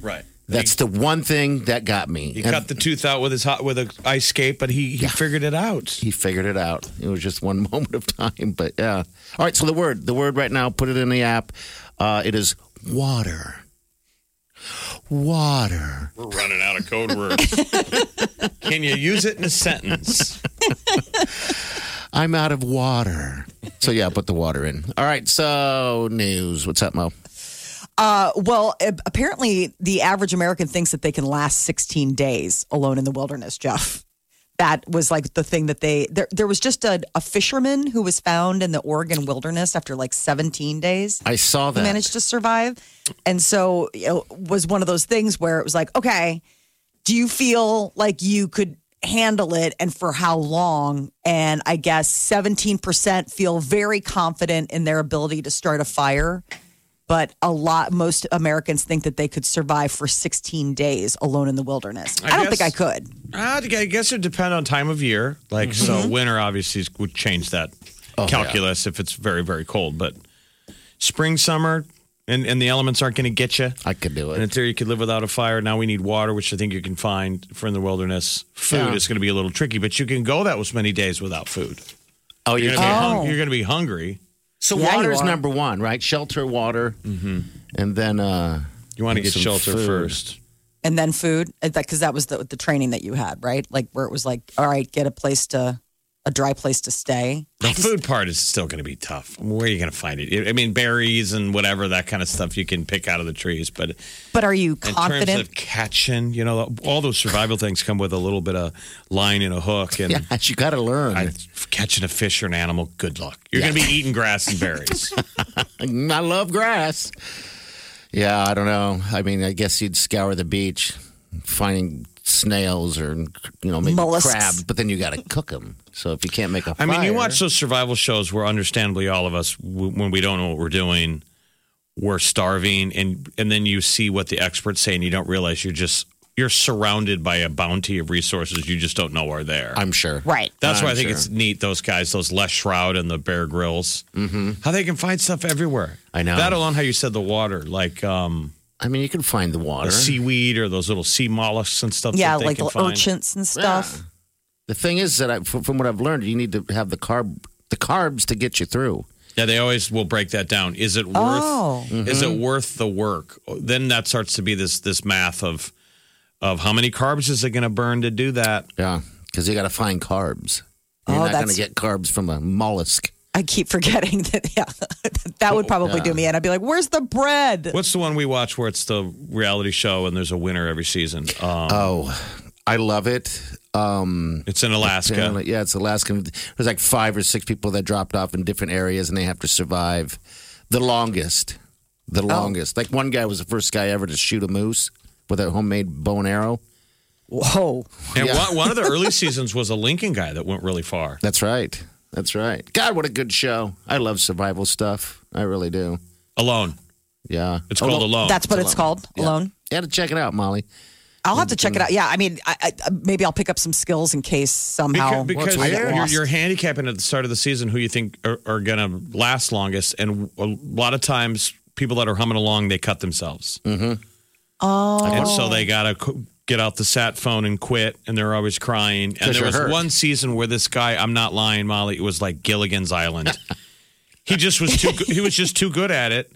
Speaker 5: Right.
Speaker 6: That's the one thing that got me.
Speaker 5: He
Speaker 6: And
Speaker 5: cut the tooth out with his hot with a ice skate, but he, he figured it out.
Speaker 6: he figured it out. It was just one moment of time, but yeah. All right, so the word, the word right now, put it in the app. Uh, it is water. Water.
Speaker 5: We're running out of code words. Can you use it in a sentence?
Speaker 6: I'm out of water. So yeah, put the water in. All right, so news. What's up, Mo?
Speaker 4: Uh, well, a- apparently, the average American thinks that they can last 16 days alone in the wilderness, Jeff. That was like the thing that they there. There was just a, a fisherman who was found in the Oregon wilderness after like 17 days.
Speaker 6: I saw that.
Speaker 4: managed to survive. And so you know, it was one of those things where it was like, okay, do you feel like you could handle it and for how long? And I guess 17% feel very confident in their ability to start a fire. But a lot, most Americans think that they could survive for 16 days alone in the wilderness. I,
Speaker 5: I
Speaker 4: don't think I
Speaker 5: guess-
Speaker 4: could.
Speaker 5: I think- Uh, I guess it would depend on time of year. Like
Speaker 6: Mm-hmm.
Speaker 5: so, winter obviously is- would change that
Speaker 6: Oh,
Speaker 5: calculus if it's very very cold. But spring, summer, and and the elements aren't going to get you.
Speaker 6: I could do
Speaker 5: And in
Speaker 6: it.
Speaker 5: theory, you could live without a fire. Now we need water, which I think you can find for in the wilderness. Food
Speaker 6: Yeah.
Speaker 5: is going to be a little tricky, but you can go that was many days without food.
Speaker 6: Oh, you
Speaker 5: You're
Speaker 6: can't.
Speaker 5: going to be hungry.
Speaker 6: So
Speaker 4: Yeah,
Speaker 6: water
Speaker 4: you
Speaker 6: is
Speaker 4: are.
Speaker 6: number one, right? Shelter, water, and then uh,
Speaker 5: You want to
Speaker 6: And
Speaker 5: get
Speaker 6: some
Speaker 5: shelter
Speaker 6: food.
Speaker 5: first.
Speaker 4: And then food, because that was the, the training that you had, right? Like where it was like, all right, get a place to, a dry place to stay.
Speaker 5: The food part is still going to be tough. Where are you going to find it? I mean, berries and whatever that kind of stuff you can pick out of the trees, but
Speaker 4: But are you
Speaker 5: in
Speaker 4: confident?
Speaker 5: terms of catching, you know, all those survival things come with a little bit of line and a hook, and
Speaker 6: yeah, you got to learn.
Speaker 5: I, catching a fish or an animal. Good luck. You're going to be eating grass and berries.
Speaker 6: I love grass. Yeah, I don't know. I mean, I guess you'd scour the beach, finding snails or you know maybe
Speaker 4: Mollusks.
Speaker 6: crabs, but then you got to cook them. So if you can't make a
Speaker 5: I mean, you
Speaker 6: fire-
Speaker 5: watch those survival shows where, understandably, all of us, w- when we don't know what we're doing, we're starving, and and then you see what the experts say, and you don't realize you're just you're surrounded by a bounty of resources you just don't know are there.
Speaker 6: I'm sure.
Speaker 4: right.
Speaker 5: That's why
Speaker 6: I'm
Speaker 5: I think
Speaker 6: sure.
Speaker 5: it's neat. Those guys, those Les Shroud and the Bear Grylls, mm-hmm. how they can find stuff everywhere.
Speaker 6: I know.
Speaker 5: that alone. How you said the water, like um,
Speaker 6: I mean, you can find the water.
Speaker 5: the seaweed or those little sea mollusks and stuff.
Speaker 4: Yeah,
Speaker 5: that they
Speaker 4: like
Speaker 5: can
Speaker 4: the
Speaker 5: find.
Speaker 4: urchins and stuff.
Speaker 6: The thing is that I, from from what I've learned, you need to have the carb the carbs to get you through.
Speaker 5: Yeah, they always will break that down. Is it worth?
Speaker 4: Oh.
Speaker 5: Is
Speaker 6: Mm-hmm.
Speaker 5: it worth the work? Then that starts to be this this math of of how many carbs is it going to burn to do that?
Speaker 6: Yeah, because you got to find carbs. You're
Speaker 4: Oh,
Speaker 6: not going to
Speaker 4: that's-
Speaker 6: get carbs from a mollusk.
Speaker 4: I keep forgetting that. Yeah, that would probably do me in. I'd be like, "Where's the bread?"
Speaker 5: What's the one we watch where it's the reality show and there's a winner every season? Um,
Speaker 6: Oh, I love it. Um,
Speaker 5: it's in Alaska.
Speaker 6: generally- yeah, it's Alaska. There's like five or six people that dropped off in different areas, and they have to survive the longest. The longest. Like one guy was the first guy ever to shoot a moose with a homemade bow and arrow.
Speaker 4: Whoa!
Speaker 5: And
Speaker 6: Yeah.
Speaker 5: one, one of the early seasons was a Lincoln guy that went really far.
Speaker 6: That's right. That's right. God, what a good show. I love survival stuff. I really do.
Speaker 5: Alone.
Speaker 6: Yeah. Oh,
Speaker 5: It's called Alone.
Speaker 4: That's what it's called. Alone.
Speaker 6: You had to check it out, Molly.
Speaker 4: I'll have to check it out. Yeah, I mean, I, I, maybe I'll pick up some skills in case somehow
Speaker 5: Beca- Because,
Speaker 4: I get
Speaker 5: you're,
Speaker 4: lost.
Speaker 5: you're handicapping at the start of the season who you think are, are going to last longest, and a lot of times people that are humming along they cut themselves,
Speaker 6: Mm-hmm.
Speaker 4: oh,
Speaker 5: and so they got to get out the sat phone and quit, and they're always crying. And
Speaker 6: 'Cause
Speaker 5: there
Speaker 6: you're
Speaker 5: was
Speaker 6: hurt.
Speaker 5: one season where this guy, I'm not lying, Molly, it was like Gilligan's Island. he just was too good, he was just too good at it.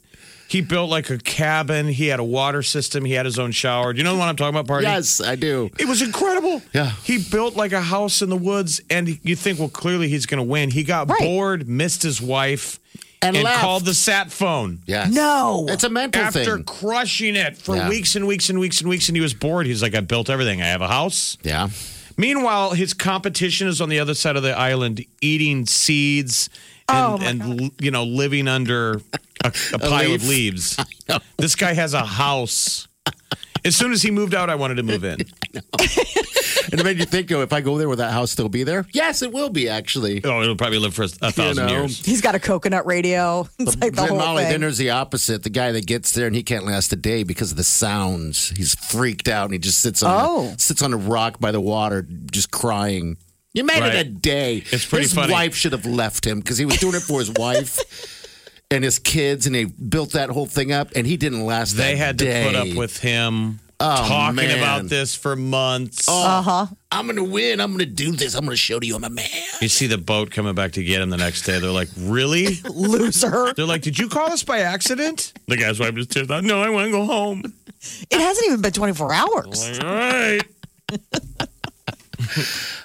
Speaker 5: He built like a cabin. He had a water system. He had his own shower. Do you know the one I'm talking about, party?
Speaker 6: Yes, I do.
Speaker 5: It was incredible.
Speaker 6: Yeah.
Speaker 5: He built like a house in the woods, and you think, well, clearly he's going to win. He got
Speaker 4: Right.
Speaker 5: bored, missed his wife,
Speaker 6: And left.
Speaker 5: called the sat phone.
Speaker 6: Yes.
Speaker 4: No.
Speaker 6: It's a mental
Speaker 5: After
Speaker 6: thing.
Speaker 5: crushing it for
Speaker 6: Yeah.
Speaker 5: weeks and weeks and weeks and weeks, and he was bored. He's like, I built everything. I have a house.
Speaker 6: Yeah.
Speaker 5: Meanwhile, his competition is on the other side of the island eating seeds
Speaker 6: Oh,
Speaker 5: and, and l- you know, living under a, a pile of leaves. This guy has a house. As soon as he moved out, I wanted to move in.
Speaker 6: And it made you think, oh, if I go there, will that house still be there? Yes, it will be, actually.
Speaker 5: Oh, it'll probably live for a, a thousand
Speaker 6: know.
Speaker 5: years.
Speaker 4: he's got a coconut radio. It's like the
Speaker 6: then,
Speaker 4: whole
Speaker 6: Molly, then
Speaker 4: thing.
Speaker 6: there's the opposite the guy that gets there and he can't last a day because of the sounds. He's freaked out and he just sits on,
Speaker 4: Oh.
Speaker 6: a, sits on a rock by the water, just crying. You made
Speaker 5: Right.
Speaker 6: it a day.
Speaker 5: It's pretty
Speaker 6: his
Speaker 5: funny.
Speaker 6: wife should have left him because he was doing it for his wife and his kids, and they built that whole thing up, and he didn't last.
Speaker 5: They
Speaker 6: that
Speaker 5: had to put
Speaker 6: day.
Speaker 5: up with him
Speaker 6: Oh,
Speaker 5: talking
Speaker 6: man. Oh.
Speaker 5: about this for months.
Speaker 6: I'm gonna win. I'm gonna do this. I'm gonna show you I'm a man.
Speaker 5: You see the boat coming back to get him the next day. They're like, really?
Speaker 4: Loser.
Speaker 5: They're like, did you call us by accident? The guy's wife just tears out. No, I want to go home.
Speaker 4: It hasn't even been 24 hours.
Speaker 5: Like, All right.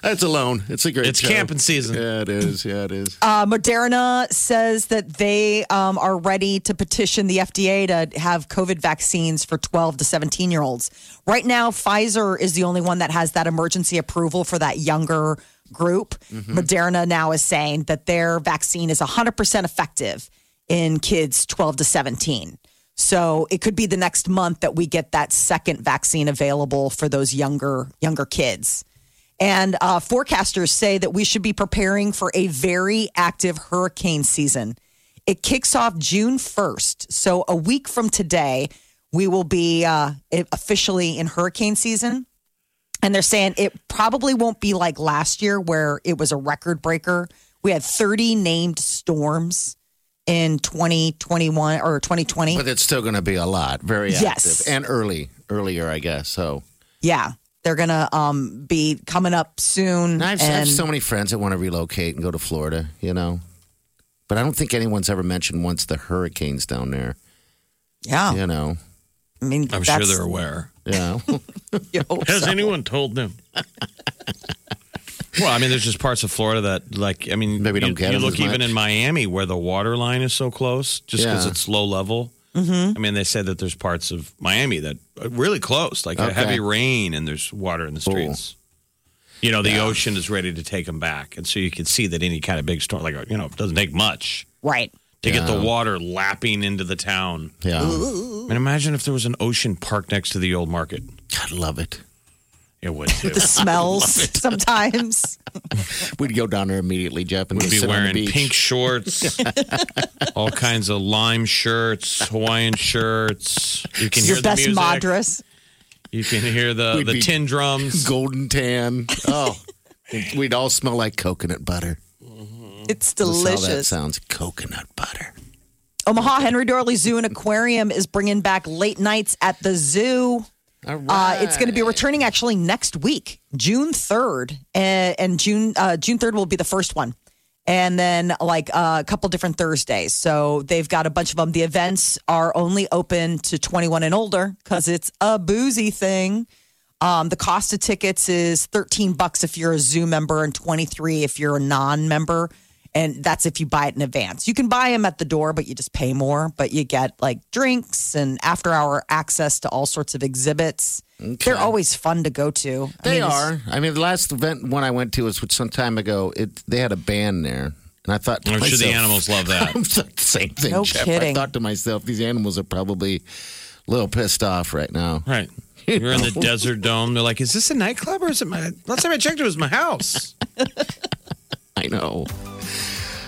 Speaker 6: That's alone. It's a great.
Speaker 5: It's
Speaker 6: show.
Speaker 5: camping season.
Speaker 6: Yeah, it is. Yeah, it is.
Speaker 4: Uh, Moderna says that they um, are ready to petition the FDA to have COVID vaccines for 12 to 17 year olds. Right now, Pfizer is the only one that has that emergency approval for that younger group. Moderna now is saying that their vaccine is 100% effective in kids 12 to 17. So it could be the next month that we get that second vaccine available for those younger younger kids. And uh, forecasters say that we should be preparing for a very active hurricane season. It kicks off June 1st. So, a week from today, we will be uh, officially in hurricane season. And they're saying it probably won't be like last year where it was a record breaker. We had 30 named storms in 2021 or 2020.
Speaker 6: But it's still going to be a lot. Very active.
Speaker 4: Yes.
Speaker 6: And early. Earlier, I guess. So
Speaker 4: Yeah. They're going to um, be coming up soon.
Speaker 6: And I've, I have
Speaker 4: and
Speaker 6: so many friends that want to relocate and go to Florida, you know. But I don't think anyone's ever mentioned once the hurricanes down there,
Speaker 4: yeah.
Speaker 6: you know.
Speaker 4: I mean,
Speaker 5: I'm
Speaker 4: that's,
Speaker 5: sure they're aware.
Speaker 6: Yeah.
Speaker 4: you hope
Speaker 5: Has
Speaker 4: so.
Speaker 5: anyone told them? well, I mean, there's just parts of Florida that, like, I mean,
Speaker 6: Maybe
Speaker 5: you,
Speaker 6: don't get
Speaker 5: you
Speaker 6: them
Speaker 5: look
Speaker 6: as
Speaker 5: even
Speaker 6: much.
Speaker 5: in Miami where the water line is so close just because
Speaker 6: Yeah.
Speaker 5: it's low level. Mm-hmm. I mean, they said that there's parts of Miami that are really close, like a
Speaker 6: Okay.
Speaker 5: heavy rain and there's water in the streets. You know, the ocean is ready to take them back. And so you can see that any kind of big storm, like, you know, it doesn't take much
Speaker 4: Right.
Speaker 5: to get the water lapping into the town.
Speaker 6: yeah.
Speaker 5: I mean, imagine if there was an ocean park next to the old market.
Speaker 6: God, love it.
Speaker 5: It would too.
Speaker 4: The smells sometimes.
Speaker 6: We'd go down there immediately, Jeff, and
Speaker 5: We'd be
Speaker 6: just sit on the
Speaker 5: wearing
Speaker 6: beach.
Speaker 5: pink shorts, all kinds of lime shirts, Hawaiian shirts. You can hear
Speaker 4: Your
Speaker 5: the
Speaker 4: best
Speaker 5: music.
Speaker 4: madras.
Speaker 5: You can hear the,
Speaker 6: We'd
Speaker 5: the
Speaker 6: be-
Speaker 5: tin drums.
Speaker 6: golden tan. Oh. We'd all smell like coconut butter. That's
Speaker 4: It's
Speaker 6: how that
Speaker 4: delicious.
Speaker 6: sounds. Coconut butter.
Speaker 4: Omaha Henry Dorley Zoo and Aquarium is bringing back late nights at the zoo.
Speaker 6: All
Speaker 4: Uh, it's going to be returning actually next week, June third, and, and June uh, June third will be the first one, and then like uh, a couple different Thursdays. So they've got a bunch of them. The events are only open to twenty one and older because it's a boozy thing. Um, the cost of tickets is thirteen bucks if you're a zoo member and twenty three if you're a non member. And that's if you buy it in advance. You can buy them at the door, but you just pay more. But you get like drinks and after hour access to all sorts of exhibits. They're always fun to go to. I
Speaker 6: They
Speaker 4: mean, it's-
Speaker 6: are. I mean, the last event one I went to was some time ago. It they had a band there, and I thought, to
Speaker 5: I'm sure the
Speaker 6: myself-
Speaker 5: animals love that.
Speaker 6: I'm like, same thing.
Speaker 4: No
Speaker 6: Jeff. I
Speaker 4: kidding.
Speaker 6: thought to myself, these animals are probably a little pissed off right now.
Speaker 5: Right. You're in the desert dome. They're like, is this a nightclub or is it my? Last time I checked, it was my house.
Speaker 6: I know.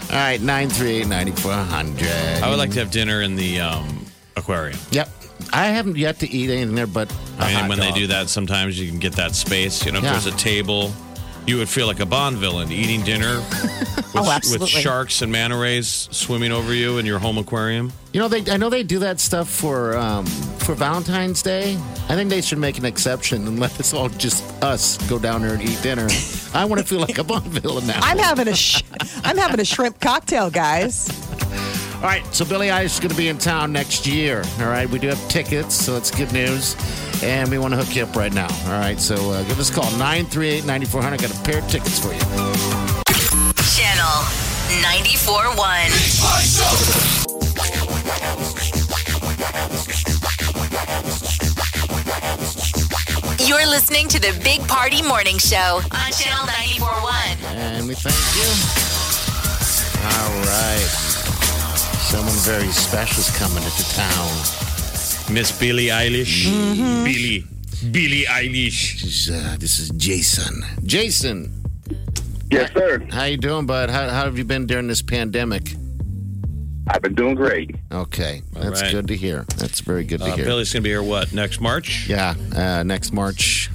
Speaker 6: All right, nine three eight ninety four hundred.
Speaker 5: I would like to have dinner in the um, aquarium.
Speaker 6: Yep. I haven't yet to eat anything there, but a
Speaker 5: I mean,
Speaker 6: hot
Speaker 5: when they
Speaker 6: dog.
Speaker 5: do that, sometimes you can get that space. You know,
Speaker 6: Yeah.
Speaker 5: if there's a table, you would feel like a Bond villain eating dinner with,
Speaker 6: Oh,
Speaker 5: with
Speaker 4: absolutely.
Speaker 5: sharks and manta rays swimming over you in your home aquarium.
Speaker 6: You know, they I know they do that stuff for um, for Valentine's Day. I think they should make an exception and let us all just us go down there and eat dinner. I want to feel like a Bond villain now.
Speaker 4: I'm having a sh- I'm having a shrimp cocktail, guys.
Speaker 6: all right, so Billy Eilish is going to be in town next year. All right, we do have tickets, so that's good news. And we want to hook you up right now. All right, so uh, give us a call 938 9400. Got a pair of tickets for you.
Speaker 2: Channel 94.1. You're listening to the Big Party Morning Show on Channel 94.1.
Speaker 6: And we thank you. All right. Someone very special is coming into town.
Speaker 5: Miss Billie Eilish.
Speaker 6: Mm-hmm.
Speaker 5: Billie. Billie Eilish.
Speaker 6: This is, uh, this is Jason. Jason,
Speaker 11: Yes, sir.
Speaker 6: how you doing, bud? How, how have you been during this pandemic?
Speaker 11: I've been doing great.
Speaker 6: Okay, that's
Speaker 5: right.
Speaker 6: good to hear. That's very good to
Speaker 5: Uh,
Speaker 6: hear.
Speaker 5: Billie's going to be here, what, next March?
Speaker 6: Yeah, uh, next March,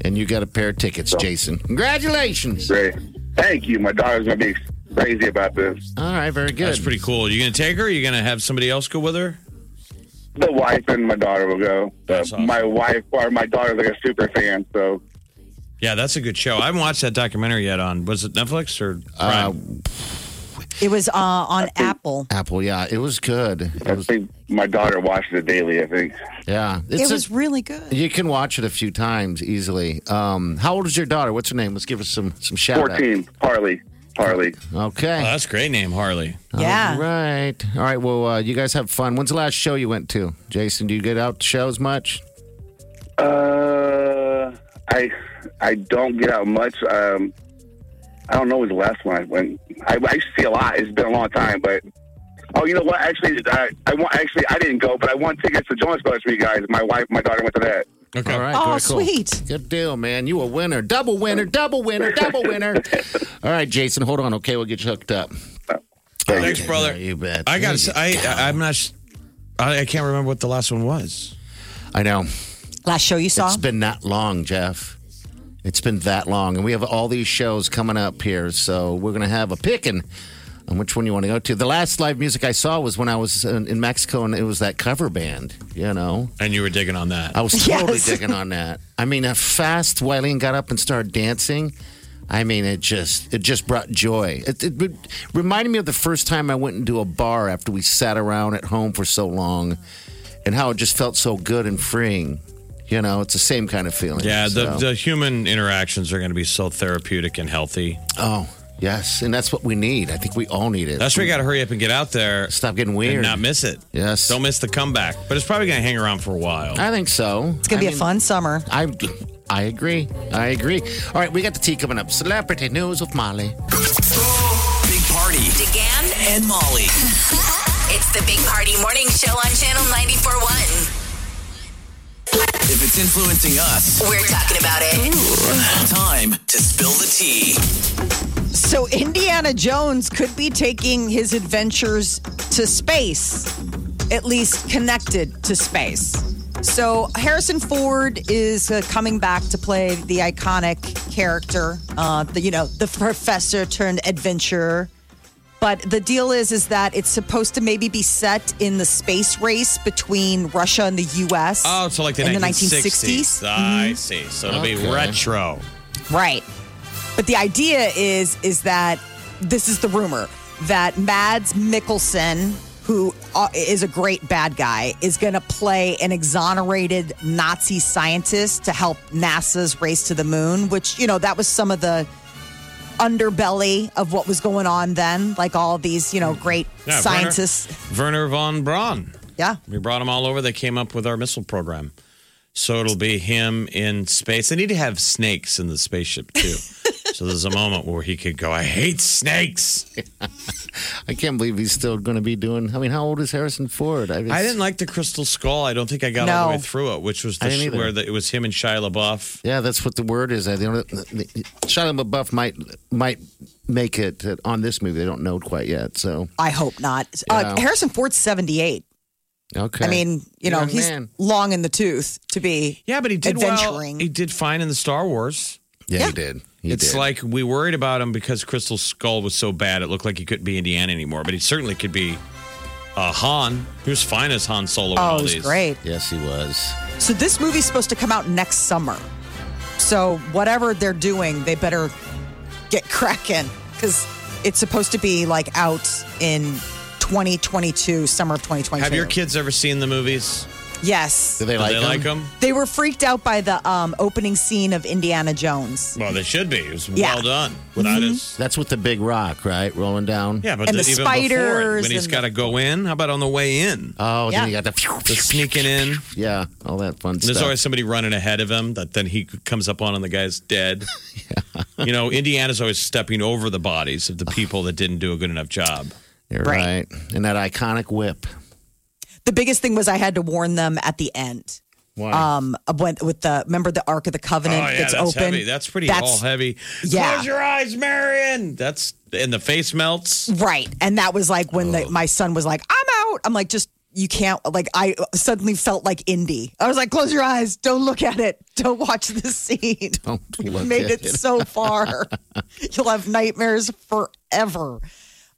Speaker 6: and you got a pair of tickets, Jason. Congratulations!
Speaker 11: Great. Thank you. My daughter's gonna be crazy about this.
Speaker 6: All right, very good.
Speaker 5: That's pretty cool. You going to take her? you going to have somebody else go with her?
Speaker 11: The wife and my daughter will go. Uh,
Speaker 5: That's awesome.
Speaker 11: My wife or my daughter's like a super fan, so
Speaker 5: Yeah, that's a good show. I haven't watched that documentary yet on, was it Netflix or
Speaker 6: Uh,
Speaker 5: Prime?
Speaker 4: It was uh, on Apple.
Speaker 6: Apple, yeah, it was good.
Speaker 11: I
Speaker 6: It was,
Speaker 11: think my daughter watches it daily. I think
Speaker 6: yeah, it's
Speaker 4: It
Speaker 6: a-
Speaker 4: was really good.
Speaker 6: you can watch it a few times easily. Um, how old is your daughter? What's her name? Let's give her some some shout
Speaker 11: fourteen. Harley. Harley.
Speaker 6: out. Okay.
Speaker 5: Oh, that's a great name, Harley.
Speaker 6: All
Speaker 4: Yeah.
Speaker 6: Oh, right. All right. Well, uh, you guys have fun. When's the last show you went to, Jason? Do you get out to shows much?
Speaker 11: Uh, I I don't get out much. Um, I don't know when the last one I went. I, I used to see a lot. It's been a long time, but oh, you know what? Actually, I, I want. Actually, I didn't go, but I won tickets to Jonas Brothers for you guys. My wife, and my daughter went to that.
Speaker 5: Okay.
Speaker 6: All right.
Speaker 4: Oh,
Speaker 6: very cool.
Speaker 4: sweet.
Speaker 6: Good deal, man. You a winner. Double winner. Double winner. Double winner. All right, Jason. Hold on. Okay, we'll get you hooked up.
Speaker 5: Thanks, brother.
Speaker 6: Yeah, you bet.
Speaker 5: I got.
Speaker 6: There
Speaker 5: I,
Speaker 6: you go.
Speaker 5: I. I'm not. s- I, I can't remember what the last one was.
Speaker 6: I know.
Speaker 4: Last show you saw?
Speaker 6: It's been that long, Jeff. It's been that long, and we have all these shows coming up here, so we're gonna have a picking on which one you want to go to. The last live music I saw was when I was in, in Mexico, and it was that cover band. You know,
Speaker 5: And you were digging on that.
Speaker 6: I was totally
Speaker 4: Yes.
Speaker 6: digging on that. I mean, how fast Wileen got up and started dancing. I mean, it just it just brought joy. It, it, re- reminded me of the first time I went into a bar after we sat around at home for so long, and how it just felt so good and freeing. You know, it's the same kind of feeling.
Speaker 5: yeah, the,
Speaker 6: so-
Speaker 5: the human interactions are going to be so therapeutic and healthy.
Speaker 6: oh yes, and that's what we need. I think we all need it.
Speaker 5: That's where you got to hurry up and get out there
Speaker 6: stop getting
Speaker 5: and
Speaker 6: weird.
Speaker 5: not miss it.
Speaker 6: yes,
Speaker 5: Don't miss the comeback. But it's probably going to hang around for a while.
Speaker 6: I think so.
Speaker 4: It's going to be a fun summer.
Speaker 6: I I agree. I agree. All right, we got the tea coming up. Celebrity news with Molly.
Speaker 3: Big Party
Speaker 2: DeGan,
Speaker 3: and Molly.
Speaker 2: it's the Big Party Morning Show on Channel 94.1.
Speaker 3: If it's influencing us,
Speaker 2: We're talking about it.
Speaker 3: time to spill the tea.
Speaker 4: So Indiana Jones could be taking his adventures to space, at least connected to space. So Harrison Ford is uh, coming back to play the iconic character, uh, the you know the professor turned adventurer. But the deal is, is that it's supposed to maybe be set in the space race between Russia and the U.S.
Speaker 5: Oh, so like the Ah,
Speaker 4: in
Speaker 5: 1960s. I
Speaker 4: Mm-hmm.
Speaker 5: see. So it'll be
Speaker 4: Okay.
Speaker 5: retro.
Speaker 4: Right. But the idea is is that this is the rumor that Mads Mikkelsen, who uh, is a great bad guy, is going to play an exonerated Nazi scientist to help NASA's race to the moon, which you know that was some of the underbelly of what was going on then, like all these you know great
Speaker 5: Yeah,
Speaker 4: scientists.
Speaker 5: Werner, Werner von Braun.
Speaker 4: Yeah.
Speaker 5: We brought them all over. They came up with our missile program. So it'll be him in space. They need to have snakes in the spaceship too. so there's a moment where he could go, I hate snakes.
Speaker 6: I can't believe he's still going to be doing. I mean, how old is Harrison Ford? I,
Speaker 5: I didn't like the Crystal Skull. I don't think I got all the way through it, which was
Speaker 6: I
Speaker 5: the
Speaker 6: didn't
Speaker 5: sh-
Speaker 6: either.
Speaker 5: where the, it was him and Shia LaBeouf.
Speaker 6: Yeah, that's what the word is. I don't. Shia LaBeouf might might make it on this movie. They don't know quite yet. So
Speaker 4: I hope not. Uh,
Speaker 6: Yeah.
Speaker 4: Harrison Ford's seventy eight.
Speaker 6: okay.
Speaker 4: I mean, you know,
Speaker 6: Young
Speaker 4: he's
Speaker 6: man.
Speaker 4: long in the tooth to be
Speaker 5: Yeah, but he did
Speaker 4: adventuring.
Speaker 5: well. He did fine in the Star Wars.
Speaker 6: Yeah, he did. He
Speaker 5: it's
Speaker 6: did.
Speaker 5: like we worried about him because Crystal Skull was so bad. It looked like he couldn't be Indiana anymore, but he certainly could be uh, Han. He was fine as Han Solo. in
Speaker 4: Oh,
Speaker 5: all
Speaker 4: it was
Speaker 5: these.
Speaker 4: great.
Speaker 6: Yes, he was.
Speaker 4: So this movie's supposed to come out next summer. So whatever they're doing, they better get cracking because it's supposed to be like out in 2022, summer of 2022.
Speaker 5: Have your kids ever seen the movies?
Speaker 4: Yes.
Speaker 5: Do they
Speaker 6: like
Speaker 5: they
Speaker 6: 'em?
Speaker 5: like them?
Speaker 4: They were freaked out by the um, opening scene of Indiana Jones.
Speaker 5: Well, they should be. It was
Speaker 4: Yeah. Mm-hmm.
Speaker 5: well done. Without his,
Speaker 6: That's with the big rock, right, rolling down.
Speaker 5: yeah, but
Speaker 4: And
Speaker 5: the,
Speaker 4: the
Speaker 5: even before it,
Speaker 4: spiders
Speaker 5: when he's
Speaker 4: and
Speaker 5: got to go in. How about on the way in?
Speaker 6: Oh, then
Speaker 4: Yeah.
Speaker 6: you got the,
Speaker 5: The sneaking in.
Speaker 6: yeah, all that fun
Speaker 5: And
Speaker 6: stuff.
Speaker 5: There's always somebody running ahead of him that then he comes up on and the guy's dead. You know, Indiana's always stepping over the bodies of the people that didn't do a good enough job.
Speaker 6: You're
Speaker 4: Right.
Speaker 6: right. And that iconic whip.
Speaker 4: The biggest thing was I had to warn them at the end.
Speaker 6: Why?
Speaker 4: Um, when, with the remember the Ark of the Covenant
Speaker 5: oh yeah,
Speaker 4: that's,
Speaker 5: that's
Speaker 4: open.
Speaker 5: heavy. That's pretty all heavy.
Speaker 4: Yeah.
Speaker 5: Close your eyes, Marion. That's and the face melts.
Speaker 4: Right. And that was like when
Speaker 6: Oh.
Speaker 4: the, my son was like, I'm out. I'm like, just, you can't, like, I suddenly felt like indie. I was like, close your eyes. Don't look at it. Don't watch this scene.
Speaker 6: Don't
Speaker 4: We
Speaker 6: look
Speaker 4: made
Speaker 6: at
Speaker 4: it so far. You'll have nightmares forever.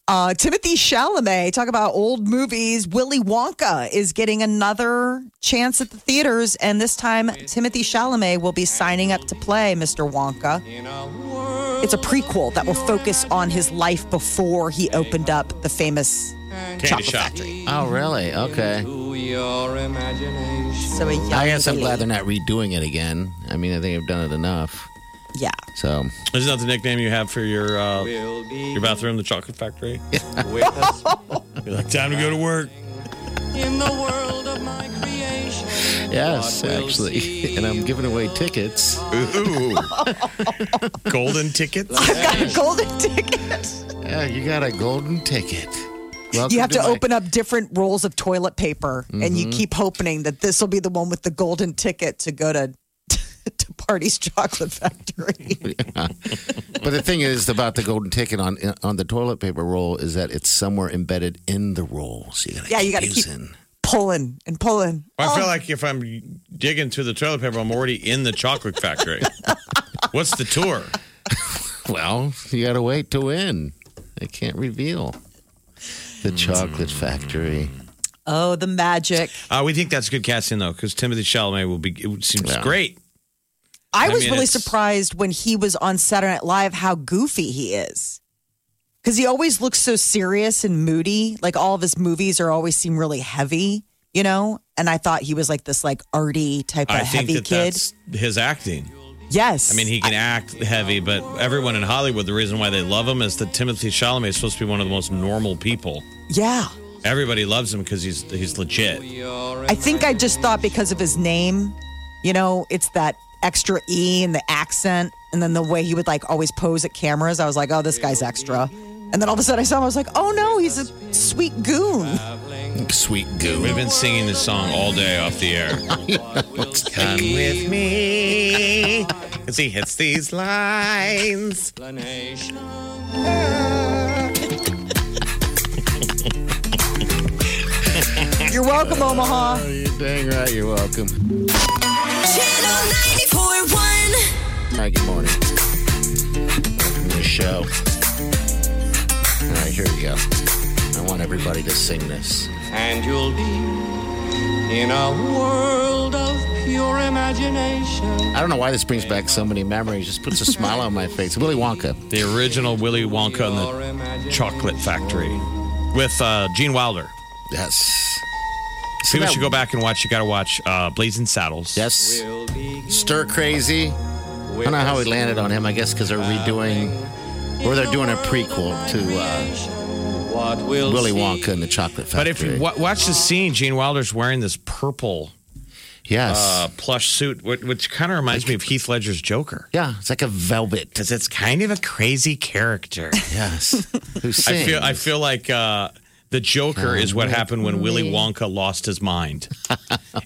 Speaker 4: Uh, Timothy Chalamet, talk about old movies. Willy Wonka is getting another chance at the theaters, and this time Timothy Chalamet will be signing up to play Mr. Wonka. It's a prequel that will focus on his life before he opened up the famous
Speaker 5: Candy
Speaker 4: chocolate
Speaker 5: shop.
Speaker 4: factory.
Speaker 6: Oh, really? Okay.
Speaker 10: To your imagination.
Speaker 4: So a young
Speaker 6: I guess I'm
Speaker 4: Willy-
Speaker 6: glad they're not redoing it again. I mean, I think I've done it enough.
Speaker 4: Yeah.
Speaker 6: So
Speaker 5: Isn't that the nickname you have for your uh,
Speaker 10: Will be
Speaker 5: your bathroom, the chocolate factory?
Speaker 10: with us
Speaker 5: You're like, time to go to work.
Speaker 10: in the world of my creation.
Speaker 6: yes, actually, and I'm giving away tickets.
Speaker 5: Ooh. Golden tickets.
Speaker 4: I've got a golden ticket.
Speaker 6: Yeah, you got a golden ticket. Welcome
Speaker 4: you have to,
Speaker 6: my-
Speaker 4: open up different rolls of toilet paper and
Speaker 6: Mm-hmm.
Speaker 4: you keep hoping that this will be the one with the golden ticket to go to to party's chocolate factory
Speaker 6: But the thing is about the golden ticket on on the toilet paper roll is that it's somewhere embedded in the roll, so you gotta
Speaker 4: Yeah,
Speaker 6: keep
Speaker 4: you gotta keep-
Speaker 6: using.
Speaker 4: pulling and pulling
Speaker 5: I
Speaker 10: oh.
Speaker 5: feel like if I'm digging through the toilet paper, I'm already in the chocolate factory. What's the tour?
Speaker 6: Well, you gotta wait to win. I can't reveal the chocolate factory.
Speaker 4: oh the magic
Speaker 5: Uh, we think that's good casting though, because Timothy Chalamet will be. It seems
Speaker 6: Yeah.
Speaker 5: great.
Speaker 4: i,
Speaker 5: I
Speaker 4: was
Speaker 5: mean,
Speaker 4: really
Speaker 5: it's-
Speaker 4: surprised when he was on saturday night live how goofy he is because he always looks so serious and moody like all of his movies are always seem really heavy you know and i thought he was like this like arty type of
Speaker 5: I think
Speaker 4: heavy
Speaker 5: that
Speaker 4: kid
Speaker 5: that's his acting.
Speaker 4: yes
Speaker 5: I mean, he can act heavy, but everyone in Hollywood, the reason why they love him is that Timothy Chalamet is supposed to be one of the most normal people.
Speaker 4: yeah
Speaker 5: Everybody loves him because he's he's legit.
Speaker 4: I think I just thought because of his name, you know, it's that extra E and the accent, and then the way he would like always pose at cameras. I was like, oh, this guy's extra. And then all of a sudden I saw him, I was like, oh no, he's a sweet goon.
Speaker 6: Sweet goo.
Speaker 5: We've been singing this song all day off the air. Come with me, because he hits these lines.
Speaker 10: Explanation.
Speaker 4: You're welcome, Omaha.
Speaker 6: Oh, You're dang right. You're welcome.
Speaker 2: Channel 941.
Speaker 6: All right, good morning. Welcome to the show. All right, Here we go. I want everybody to sing this.
Speaker 10: And you'll be in a world of pure imagination.
Speaker 6: I don't know why this brings back so many memories. Just puts a smile on my face. Willy Wonka.
Speaker 5: The original Willy Wonka and the Chocolate Factory with uh, Gene Wilder.
Speaker 6: Yes.
Speaker 5: People should go back and watch. You got to watch uh, Blazing Saddles.
Speaker 6: Yes. Stir Crazy. I don't know how we landed on him. I guess because they're redoing, or they're doing a prequel to uh, Willy Wonka and the Chocolate Factory.
Speaker 5: But if you wa watch the scene, Gene Wilder's wearing this purple
Speaker 6: yes,
Speaker 5: uh, plush suit, which, which kind of reminds me of Heath Ledger's Joker.
Speaker 6: yeah, it's like a velvet.
Speaker 5: Because it's kind of a crazy character.
Speaker 6: Yes. Who sings?
Speaker 5: I feel I feel like uh, the Joker is what happened when Willy Wonka lost his mind.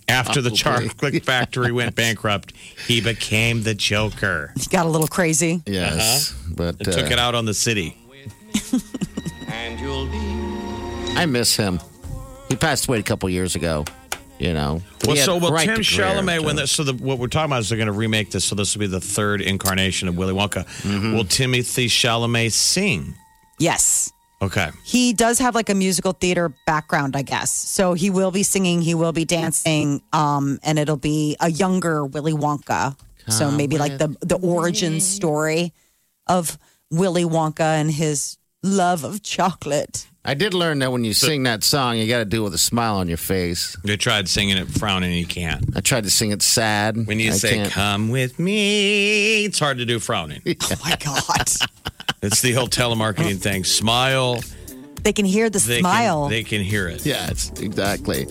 Speaker 5: After the chocolate factory went bankrupt, he became the Joker.
Speaker 4: He got a little crazy.
Speaker 6: yes,
Speaker 5: Uh-huh.
Speaker 6: but
Speaker 5: It took
Speaker 6: uh,
Speaker 5: it out on the city.
Speaker 10: And you'll be
Speaker 6: I miss him. He passed away a couple years ago. You know. But
Speaker 5: Well,
Speaker 6: he had
Speaker 5: so well,
Speaker 6: quite
Speaker 5: Tim
Speaker 6: the career,
Speaker 5: Chalamet. When
Speaker 6: Tim.
Speaker 5: that, so the, what we're talking about is they're going to remake this. So this will be the third incarnation of Willy Wonka. Will Timothy Chalamet sing?
Speaker 4: Yes.
Speaker 5: Okay,
Speaker 4: He does have like a musical theater background, I guess. So he will be singing, he will be dancing, um, and it'll be a younger Willy Wonka. so maybe like the the origin story of Willy Wonka and his love of chocolate.
Speaker 6: I did learn that when you sing that song, you got to do it with a smile on your face.
Speaker 5: they tried singing it frowning, and you can't.
Speaker 6: I tried to sing it sad.
Speaker 5: When you
Speaker 6: I
Speaker 5: say
Speaker 6: can't.
Speaker 5: "Come with me," it's hard to do frowning.
Speaker 4: Oh my god!
Speaker 5: It's the whole telemarketing thing. Smile.
Speaker 4: they can hear the
Speaker 5: They
Speaker 4: smile.
Speaker 5: Can, they can hear it.
Speaker 6: Yes, exactly.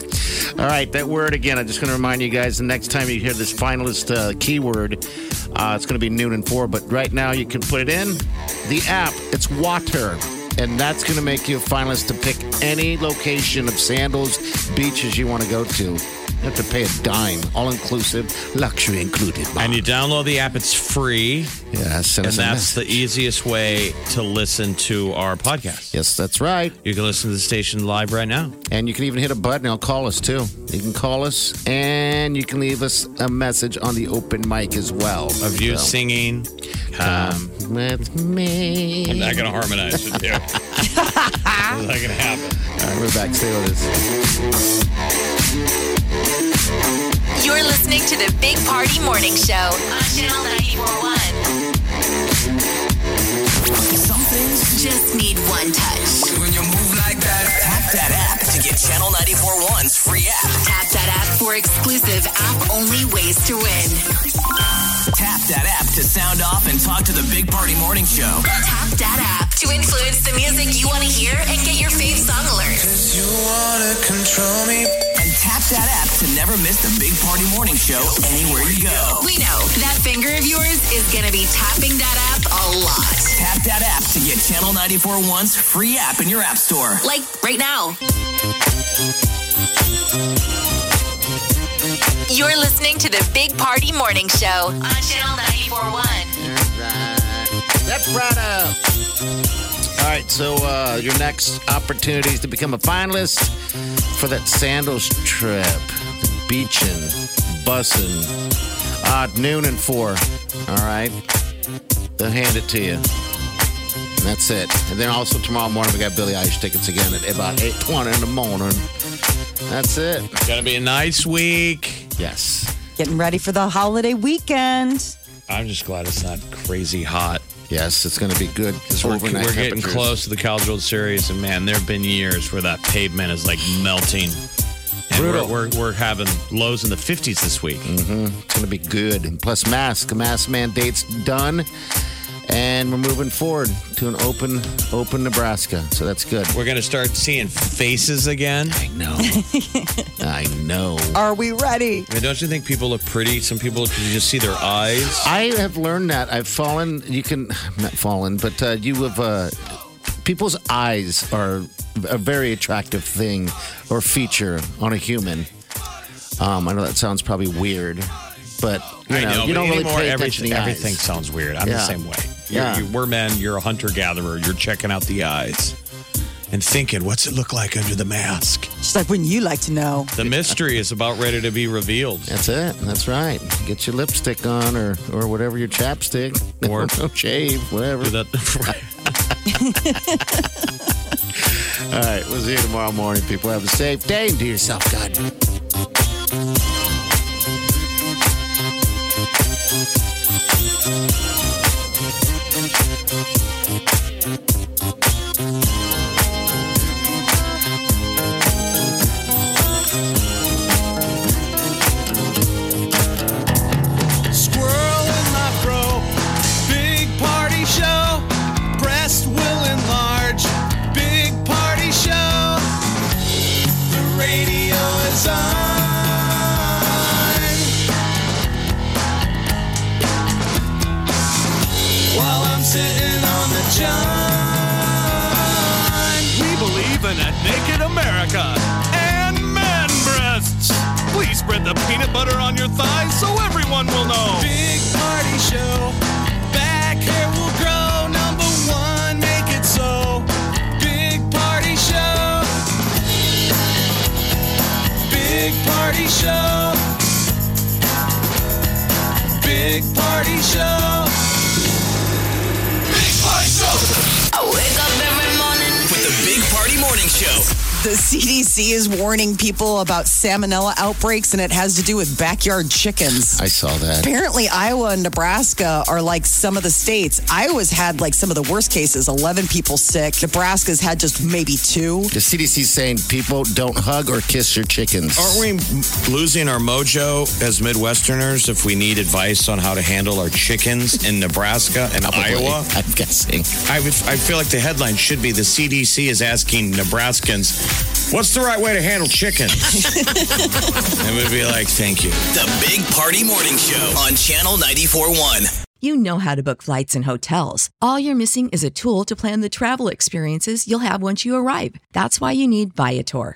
Speaker 6: All right, that word again. I'm just going to remind you guys the next time you hear this finalist uh, keyword, uh, it's going to be noon and four. But right now, you can put it in the app. It's water. And that's going to make you a finalist to pick any location of sandals, beaches you want to go to. You have to pay a dime, all inclusive, luxury included.
Speaker 5: And you download the app. It's free,
Speaker 6: yeah, send
Speaker 5: and
Speaker 6: us a
Speaker 5: that's the
Speaker 6: message.
Speaker 5: easiest way to listen to our podcast.
Speaker 6: Yes, that's right.
Speaker 5: You can listen to the station live right now.
Speaker 6: And you can even hit a button. It'll call us too. You can call us, and you can leave us a message on the open mic as well.
Speaker 5: Of you
Speaker 6: So,
Speaker 5: singing. Um,
Speaker 6: with me.
Speaker 5: I'm not going to harmonize with you. it's not going to happen.
Speaker 6: All right, we're back. Stay with us.
Speaker 2: You're listening to the Big Party Morning Show on Channel 941.
Speaker 3: Some things
Speaker 2: Just need one touch.
Speaker 3: when you move like that, tap that app to get Channel 94.1's free app.
Speaker 2: Tap that app for exclusive app only ways to win.
Speaker 3: Tap that app to sound off and talk to the Big Party Morning Show.
Speaker 2: Tap that app to influence the music you want to hear and get your fave song alerts.
Speaker 3: You wanna control me? And tap that app to never miss the Big Party Morning Show anywhere you go.
Speaker 2: We know that finger of yours is going to be tapping that app a lot.
Speaker 3: Tap that app to get Channel 94.1's free app in your app store.
Speaker 2: Like right now. You're listening to the Big Party Morning Show on Channel 941.
Speaker 6: That's right up. All right, so uh, your next opportunity is to become a finalist for that sandals trip, beaching, bussing, uh, noon and four. All right, they'll hand it to you. And that's it. And then also tomorrow morning we got Billy Eilish tickets again at about eight twenty in the morning. That's it.
Speaker 5: It's going to be a nice week.
Speaker 6: Yes.
Speaker 4: Getting ready for the holiday weekend.
Speaker 5: I'm just glad it's not crazy hot.
Speaker 6: Yes, it's going to be good. It's
Speaker 5: We're,
Speaker 6: overnight
Speaker 5: we're getting
Speaker 6: temperatures.
Speaker 5: close to the College World Series, and man, there have been years where that pavement is like melting. And
Speaker 6: Brutal. Mm.
Speaker 5: We're, we're, we're having lows in the 50s this week.
Speaker 6: It's going to be good. And plus, mask, mask mandate's done. And we're moving forward to an open, open Nebraska. So that's good.
Speaker 5: We're going to start seeing faces again.
Speaker 6: I know. I know.
Speaker 4: Are we ready?
Speaker 5: I mean, don't you think people look pretty? Some people look, you just see their eyes.
Speaker 6: I have learned that. I've fallen, you can, not fallen, but uh, you have, uh, people's eyes are a very attractive thing or feature on a human. Um, I know that sounds probably weird, but you know,
Speaker 5: but
Speaker 6: you don't really
Speaker 5: anymore,
Speaker 6: pay attention
Speaker 5: everything,
Speaker 6: to the eyes.
Speaker 5: everything sounds weird. I'm the
Speaker 6: Yeah.
Speaker 5: same way. You're,
Speaker 6: Yeah.
Speaker 5: you, we're men. You're a hunter gatherer. You're checking out the eyes and thinking, what's it look like under the mask?
Speaker 4: She's like, wouldn't you like to know?
Speaker 5: The mystery is about ready to be revealed.
Speaker 6: That's it. That's right. Get your lipstick on or or whatever your chapstick
Speaker 5: Or-
Speaker 6: shave, whatever.
Speaker 5: That-
Speaker 6: All right, we'll see you tomorrow morning, people. Have a safe day and do yourself good.
Speaker 10: Squirrel in my fro. Big party show. Breast will enlarge. Big party show. The radio is on. While I'm sitting on the john. We believe in a naked America and man breasts. Please spread the peanut butter on your thighs so everyone will know. Big party show. Back hair will grow. Number one, make it so. Big party show. Big party show. Big party show. Big party show.
Speaker 2: I wake up every morning.
Speaker 3: With the Big Party Morning Show.
Speaker 4: The CDC is warning people about salmonella outbreaks, and it has to do with backyard chickens.
Speaker 6: I saw that.
Speaker 4: Apparently, Iowa and Nebraska are like some of the states. Iowa's had like some of the worst cases 11 people sick. Nebraska's had just maybe two.
Speaker 6: The CDC's saying people don't hug or kiss your chickens.
Speaker 5: Aren't we losing our mojo as Midwesterners if we need advice on how to handle our chickens in Nebraska and Iowa?
Speaker 6: I'm guessing.
Speaker 5: I, would, I feel like the headline should be the CDC is asking Nebraskans, what's the right way to handle chickens? and we'd be like, thank you.
Speaker 3: The Big Party Morning Show on Channel 94.1.
Speaker 12: You know how to book flights and hotels. All you're missing is a tool to plan the travel experiences you'll have once you arrive. That's why you need Viator.